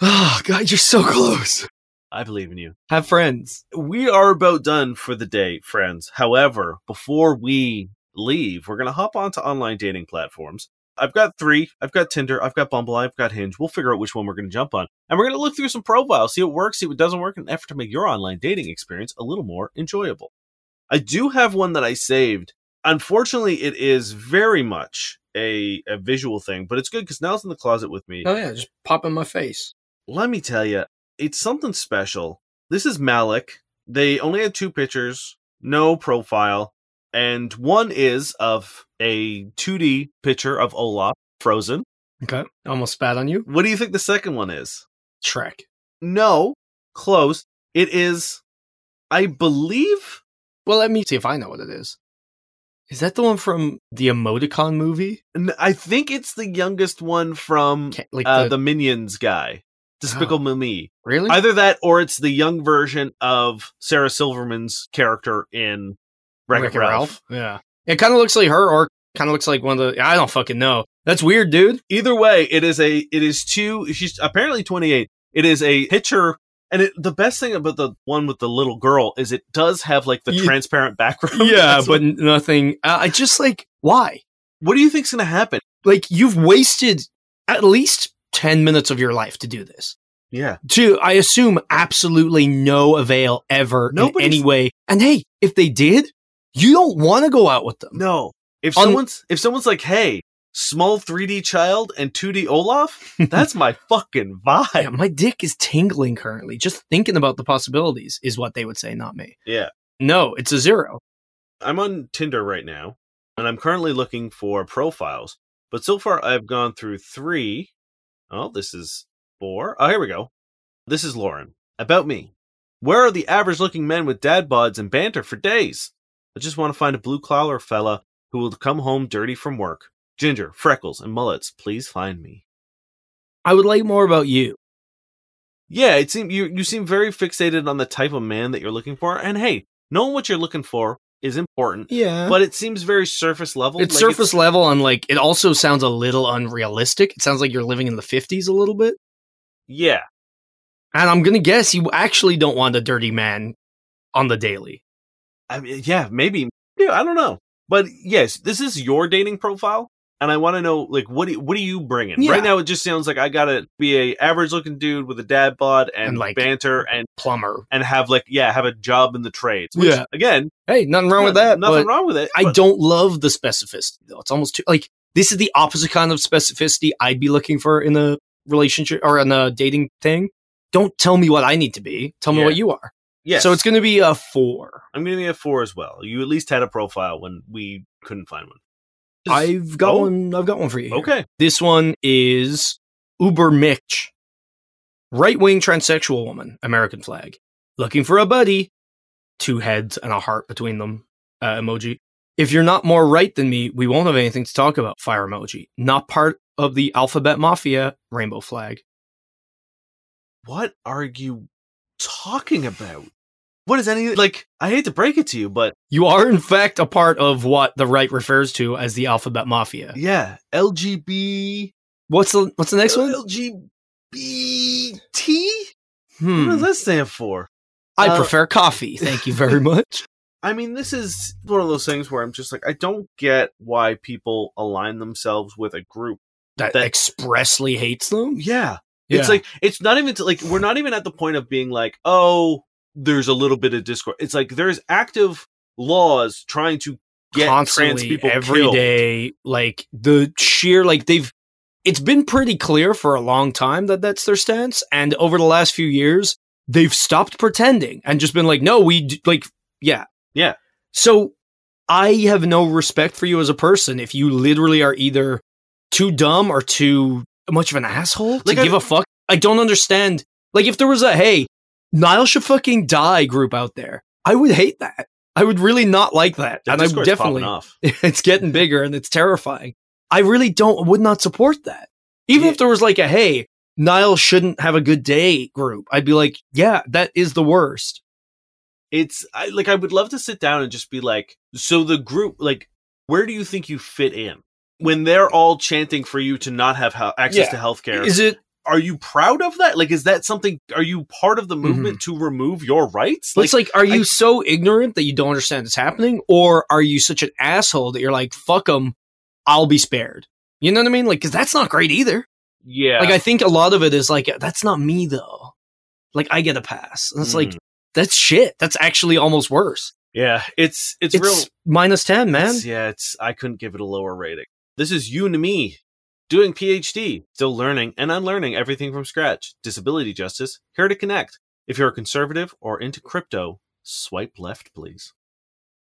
S3: Oh God, you're so close.
S2: I believe in you.
S3: Have friends.
S2: We are about done for the day, friends. However, before we leave, we're gonna hop onto online dating platforms. I've got three. I've got Tinder. I've got Bumble. I've got Hinge. We'll figure out which one we're going to jump on, and we're going to look through some profiles, see what works, see what doesn't work, in an effort to make your online dating experience a little more enjoyable. I do have one that I saved. Unfortunately, it is very much a, a visual thing, but it's good because now it's in the closet with me.
S3: Oh yeah, just pop in my face.
S2: let me tell you, it's something special. This is Malik. They only had two pictures, no profile, and one is of a 2D picture of Olaf frozen.
S3: Okay. Almost spat on you.
S2: What do you think the second one is?
S3: Shrek.
S2: No, close. It is, I believe.
S3: Well, let me see if I know what it is. Is that the one from the emoticon movie?
S2: n- I think it's the youngest one from
S3: Ca- Like
S2: uh,
S3: the, Oh.
S2: the Minions guy, Despicable Me.
S3: really?
S2: Either that, or it's the young version of Sarah Silverman's character in Wreck-It
S3: Wreck-It
S2: Ralph.
S3: Yeah. It kind of looks like her, or kind of looks like one of the. I don't fucking know. That's weird, dude.
S2: either way it is a it is two she's apparently 28 it is a picture and it, the best thing about the one with the little girl is it does have like the
S3: Ye-
S2: transparent background That's what,
S3: n- nothing. Uh, I just like why?
S2: what do you think's gonna happen
S3: Like you've wasted at least ten minutes of your life to do this.
S2: yeah
S3: To I assume absolutely no avail ever
S2: Nobody's-
S3: in any way. And hey, if they did, you don't want to go out with them.
S2: no if
S3: On-
S2: someone's if someone's like hey small 3d child and 2d olaf that's my fucking
S3: Yeah,
S2: vibe
S3: my dick is tingling currently. Just thinking about the possibilities is what they would say, not me.
S2: yeah
S3: No, it's a zero.
S2: i'm on tinder right now and i'm currently looking for profiles but so far i've gone through three Oh, this is four. Oh, here we go. This is Lauren. About me. Where are the average looking men with dad bods and banter for days? I just want to find a blue collar fella who will come home dirty from work. Ginger, freckles, and mullets, please find me.
S3: I would like more about you.
S2: Yeah, it seem you you seem very fixated on the type of man that you're looking for. And hey, knowing what you're looking for is important,
S3: Yeah. But
S2: but it seems very surface level.
S3: it's
S2: Like,
S3: surface level and like it also sounds a little unrealistic. It sounds like you're living in the 50s a little bit.
S2: Yeah,
S3: And I'm going to guess you actually don't want a dirty man on the daily.
S2: I mean, yeah, maybe. Yeah, I don't know. But yes, this is your dating profile, and I want to know like what do, what are you bringing?
S3: Yeah.
S2: Right now, it just sounds like I gotta be a average looking dude with a dad bod and,
S3: And, like-
S2: banter and
S3: Plumber.
S2: and have like yeah have a job in the trades. Which,
S3: Yeah.
S2: again,
S3: Hey, nothing wrong with
S2: no-
S3: that.
S2: Nothing
S3: but
S2: wrong with it.
S3: I
S2: but
S3: don't love the specificity though. It's almost too like this is the opposite kind of specificity I'd be looking for in a relationship or in a dating thing. Don't tell me what I need to be. Tell me
S2: Yeah.
S3: what you are.
S2: Yes.
S3: So it's going to be a four.
S2: I'm gonna be a four as well. You at least had a profile when we couldn't find one.
S3: I've got
S2: Oh.
S3: one. I've got one for you. here.
S2: Okay.
S3: This one is Uber Mitch, right wing transsexual woman, American flag, looking for a buddy, two heads and a heart between them uh, emoji. If you're not more right than me, we won't have anything to talk about. Fire emoji. Not part of the alphabet mafia. Rainbow flag.
S2: What are you talking about? What is any like? I hate to break it to you, but
S3: You are, in fact, a part of what the right refers to as the alphabet mafia.
S2: yeah, LGB.
S3: What's the What's the next one?
S2: LGBT. What does
S3: Hmm.
S2: that stand for?
S3: I
S2: Uh,
S3: prefer coffee. Thank you very much.
S2: I mean, this is one of those things where I'm just like, I don't get why people align themselves with a group.
S3: That,
S2: That-
S3: expressly hates them.
S2: Yeah. It's like, it's not even to, like, we're not even at the point of being like, oh, there's a little bit of discord. It's like, there's active laws trying to get trans people
S3: every
S2: killed.
S3: day, Like the sheer like they've it's been pretty clear for a long time that that's their stance and over the last few years they've stopped pretending and just been like no we d- like yeah.
S2: Yeah.
S3: So I have no respect for you as a person if you literally are either too dumb or too much of an asshole to
S2: Like, I-
S3: give a fuck. I don't understand. Like if there was a hey, Niall should fucking die group out there. I would hate that. I would really not like that.
S2: The
S3: and I would
S2: Discord's popping
S3: definitely
S2: off.
S3: it's getting bigger and it's terrifying. I really don't would not support that. Even
S2: Yeah.
S3: if there was like a hey, Niall shouldn't have a good day group, I'd be like, yeah, that is the worst.
S2: it's I, like I would love to sit down and just be like, so the group, like, where do you think you fit in when they're all chanting for you to not have hel- access
S3: Yeah.
S2: to healthcare?
S3: Is it
S2: are you proud of that? Like, is that something? Are you part of the movement to remove your rights?
S3: Mm-hmm. it's like are you
S2: I-
S3: so ignorant that you don't understand what's happening or are you such an asshole that you're like fuck them, I'll be spared. You know what I mean? Like cuz that's not great either.
S2: yeah,
S3: Like I think a lot of it is like that's not me though. Like I get a pass. And it's like
S2: Mm.
S3: that's shit. That's actually almost worse.
S2: yeah, it's it's,
S3: It's,
S2: real,
S3: minus 10, man.
S2: it's- yeah, it's I couldn't give it a lower rating. This is you and me doing PhD, still learning and unlearning everything from scratch. Disability justice here to connect. If you're a conservative or into crypto, swipe left, please.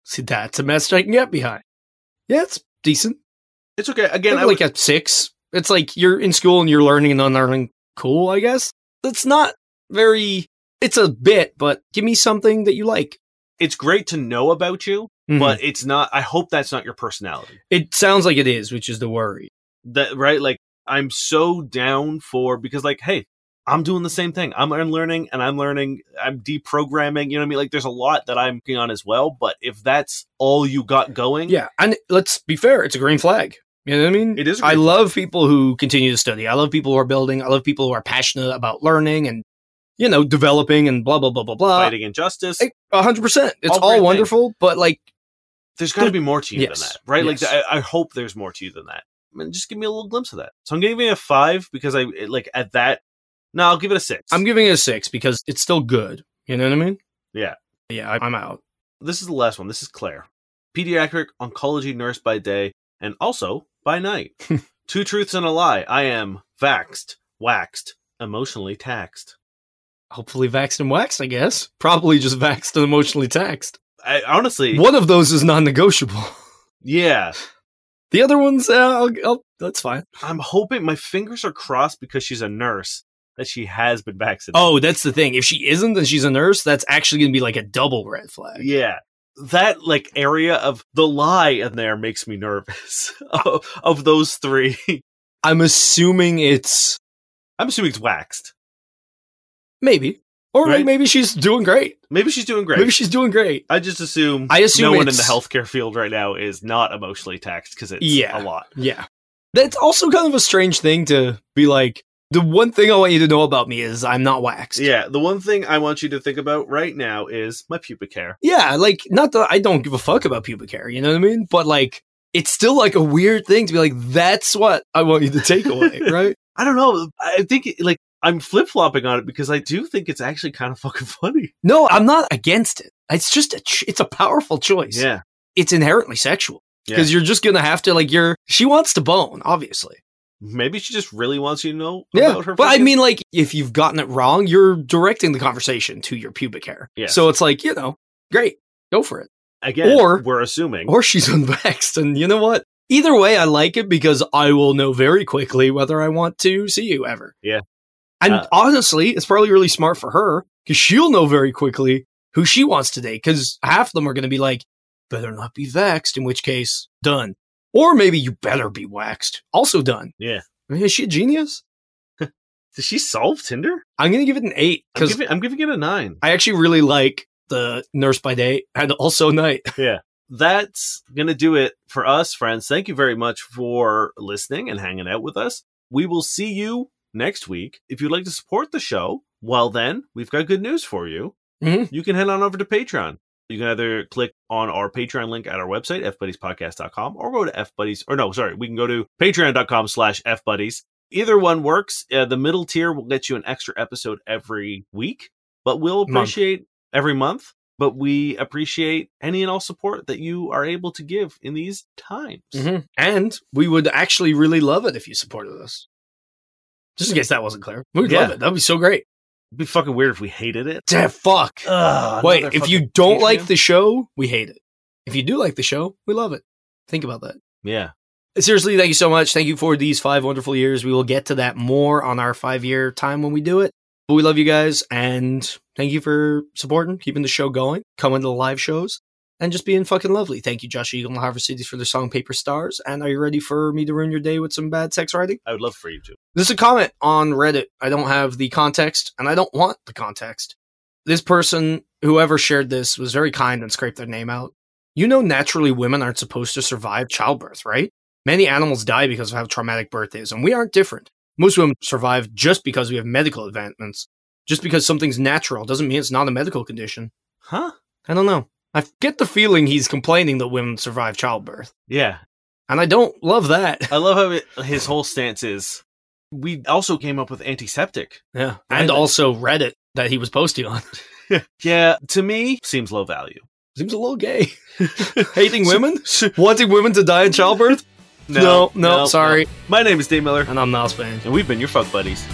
S3: See, that's a message I can get behind. Yeah, it's decent.
S2: It's okay. Again, I
S3: Maybe
S2: would-
S3: like a six. It's like you're in school and you're learning and unlearning. Cool, I guess. That's not very. It's a bit, but give me something that you like.
S2: it's great to know about you,
S3: But
S2: but it's not. I hope that's not your personality.
S3: it sounds like it is, which is the worry.
S2: That right? Like I'm so down for because like hey, I'm doing the same thing. I'm unlearning and I'm learning. I'm deprogramming. You know what I mean? Like there's a lot that I'm working on as well. But if that's all you got going,
S3: Yeah, and let's be fair. It's a green flag. You know what I mean?
S2: It is a
S3: I
S2: green
S3: love people who continue to study. I love people who are building. I love people who are passionate about learning and you know developing and blah blah blah blah blah.
S2: fighting injustice.
S3: Uh, I- A hundred percent. It's
S2: All
S3: all,
S2: great things.
S3: wonderful, but like
S2: there's got to be more to you
S3: Yes.
S2: than that, right? Like
S3: Yes.
S2: I, I hope there's more to you than that. I mean, just give me a little glimpse of that. So I'm giving it a five because I like at that. No, I'll give it a six.
S3: I'm giving it a six because it's still good. You know what I mean?
S2: Yeah.
S3: Yeah, I- I'm out.
S2: this is the last one. This is Claire, pediatric oncology nurse by day and also by night. Two truths and a lie. I am vaxxed, waxed, emotionally taxed.
S3: Hopefully, vaxxed and waxed, I guess. Probably just vaxxed and emotionally taxed.
S2: I, honestly,
S3: One of those is non negotiable.
S2: yeah.
S3: The other one's, uh, I'll, I'll, that's fine.
S2: I'm hoping my fingers are crossed because she's a nurse that she has been vaccinated.
S3: Oh, that's the thing. If she isn't and she's a nurse, that's actually going to be like a double red flag.
S2: yeah. That like area of the lie in there makes me nervous. of, of those three,
S3: I'm assuming it's
S2: I'm assuming it's waxed.
S3: maybe. Or like,
S2: Right.
S3: maybe she's doing great.
S2: Maybe she's doing great.
S3: Maybe she's doing great.
S2: I just assume
S3: I assume
S2: no one in the
S3: it's-
S2: healthcare field right now is not emotionally taxed because it's a
S3: Yeah.
S2: lot.
S3: Yeah. That's also kind of a strange thing to be like, the one thing I want you to know about me is I'm not waxed.
S2: Yeah, the one thing I want you to think about right now is my pubic hair.
S3: Yeah, like not that I don't give a fuck about pubic hair, you know what I mean? But like it's still like a weird thing to be like, that's what I want you to take away, right?
S2: I don't know. I think like I'm flip flopping on it because I do think it's actually kind of fucking funny.
S3: No, I'm not against it. It's just a ch- it's a powerful choice.
S2: Yeah,
S3: It's inherently sexual
S2: Yeah.
S3: because you're just gonna have to like you're she wants to bone, obviously.
S2: maybe she just really wants you to know
S3: Yeah,
S2: about her.
S3: but I
S2: fucking-
S3: mean, like if you've gotten it wrong, you're directing the conversation to your pubic hair.
S2: Yes.
S3: So it's like you know, great, go for it.
S2: again,
S3: or-
S2: we're assuming.
S3: or she's unvaxxed. And you know what? Either way, I like it because I will know very quickly whether I want to see you ever.
S2: Yeah.
S3: And
S2: Uh,
S3: honestly, it's probably really smart for her because she'll know very quickly who she wants today because half of them are going to be like, better not be vaxxed, in which case, done. Or maybe you better be waxed, also done.
S2: Yeah.
S3: I mean, is she a genius?
S2: Did she solve Tinder?
S3: I'm going to give it an eight
S2: I'm
S3: because
S2: giving, I'm giving it a nine.
S3: I actually really like the nurse by day and also night.
S2: that's going to do it for us, friends. Thank you very much for listening and hanging out with us. We will see you next week. If you'd like to support the show, well, then we've got good news for you.
S3: Mhm.
S2: You can head on over to Patreon. You can either click on our Patreon link at our website, fbuddiespodcast.com, or go to fbuddies, or no, sorry, we can go to patreon.com slash fbuddies. Either one works. Uh, the middle tier will get you an extra episode every week, but we'll
S3: Month.
S2: appreciate every month but we appreciate any and all support that you are able to give in these times.
S3: Mm-hmm. And we would actually really love it if you supported us. Just in case that wasn't clear, we'd love
S2: Yeah.
S3: it. That'd be so great.
S2: It'd be fucking weird if we hated it.
S3: Damn, fuck.
S2: Ugh,
S3: Wait,
S2: Uh, another
S3: if you
S2: fucking
S3: don't like
S2: Patreon.
S3: the show, we hate it. If you do like the show, we love it. Think about that.
S2: yeah,
S3: Seriously, thank you so much. Thank you for these five wonderful years. We will get to that more on our five year time when we do it. But we love you guys and thank you for supporting, keeping the show going, coming to the live shows, and just being fucking lovely. Thank you, Josh Eagle and the Harvard Cities for their song Paper Stars. And are you ready for me to ruin your day with some bad sex writing?
S2: I would love for you to.
S3: There's a comment on Reddit. I don't have the context and I don't want the context. This person, whoever shared this, was very kind and scraped their name out. You know, naturally, women aren't supposed to survive childbirth, right? Many animals die because of how traumatic birth is, and we aren't different. Most women survive just because we have medical advancements. Just because something's natural doesn't mean it's not a medical condition.
S2: Huh?
S3: I don't know. I get the feeling he's complaining that women survive childbirth,
S2: Yeah,
S3: and I don't love that.
S2: I love how it, his whole stance is. We also came up with antiseptic.
S3: yeah, and also Reddit that he was posting on.
S2: Yeah, to me seems low value.
S3: Seems a little gay. Hating women? Wanting women to die in childbirth? no, sorry.
S2: My name is Dave Miller,
S3: And I'm Nas Fan.
S2: and we've been your fuck buddies.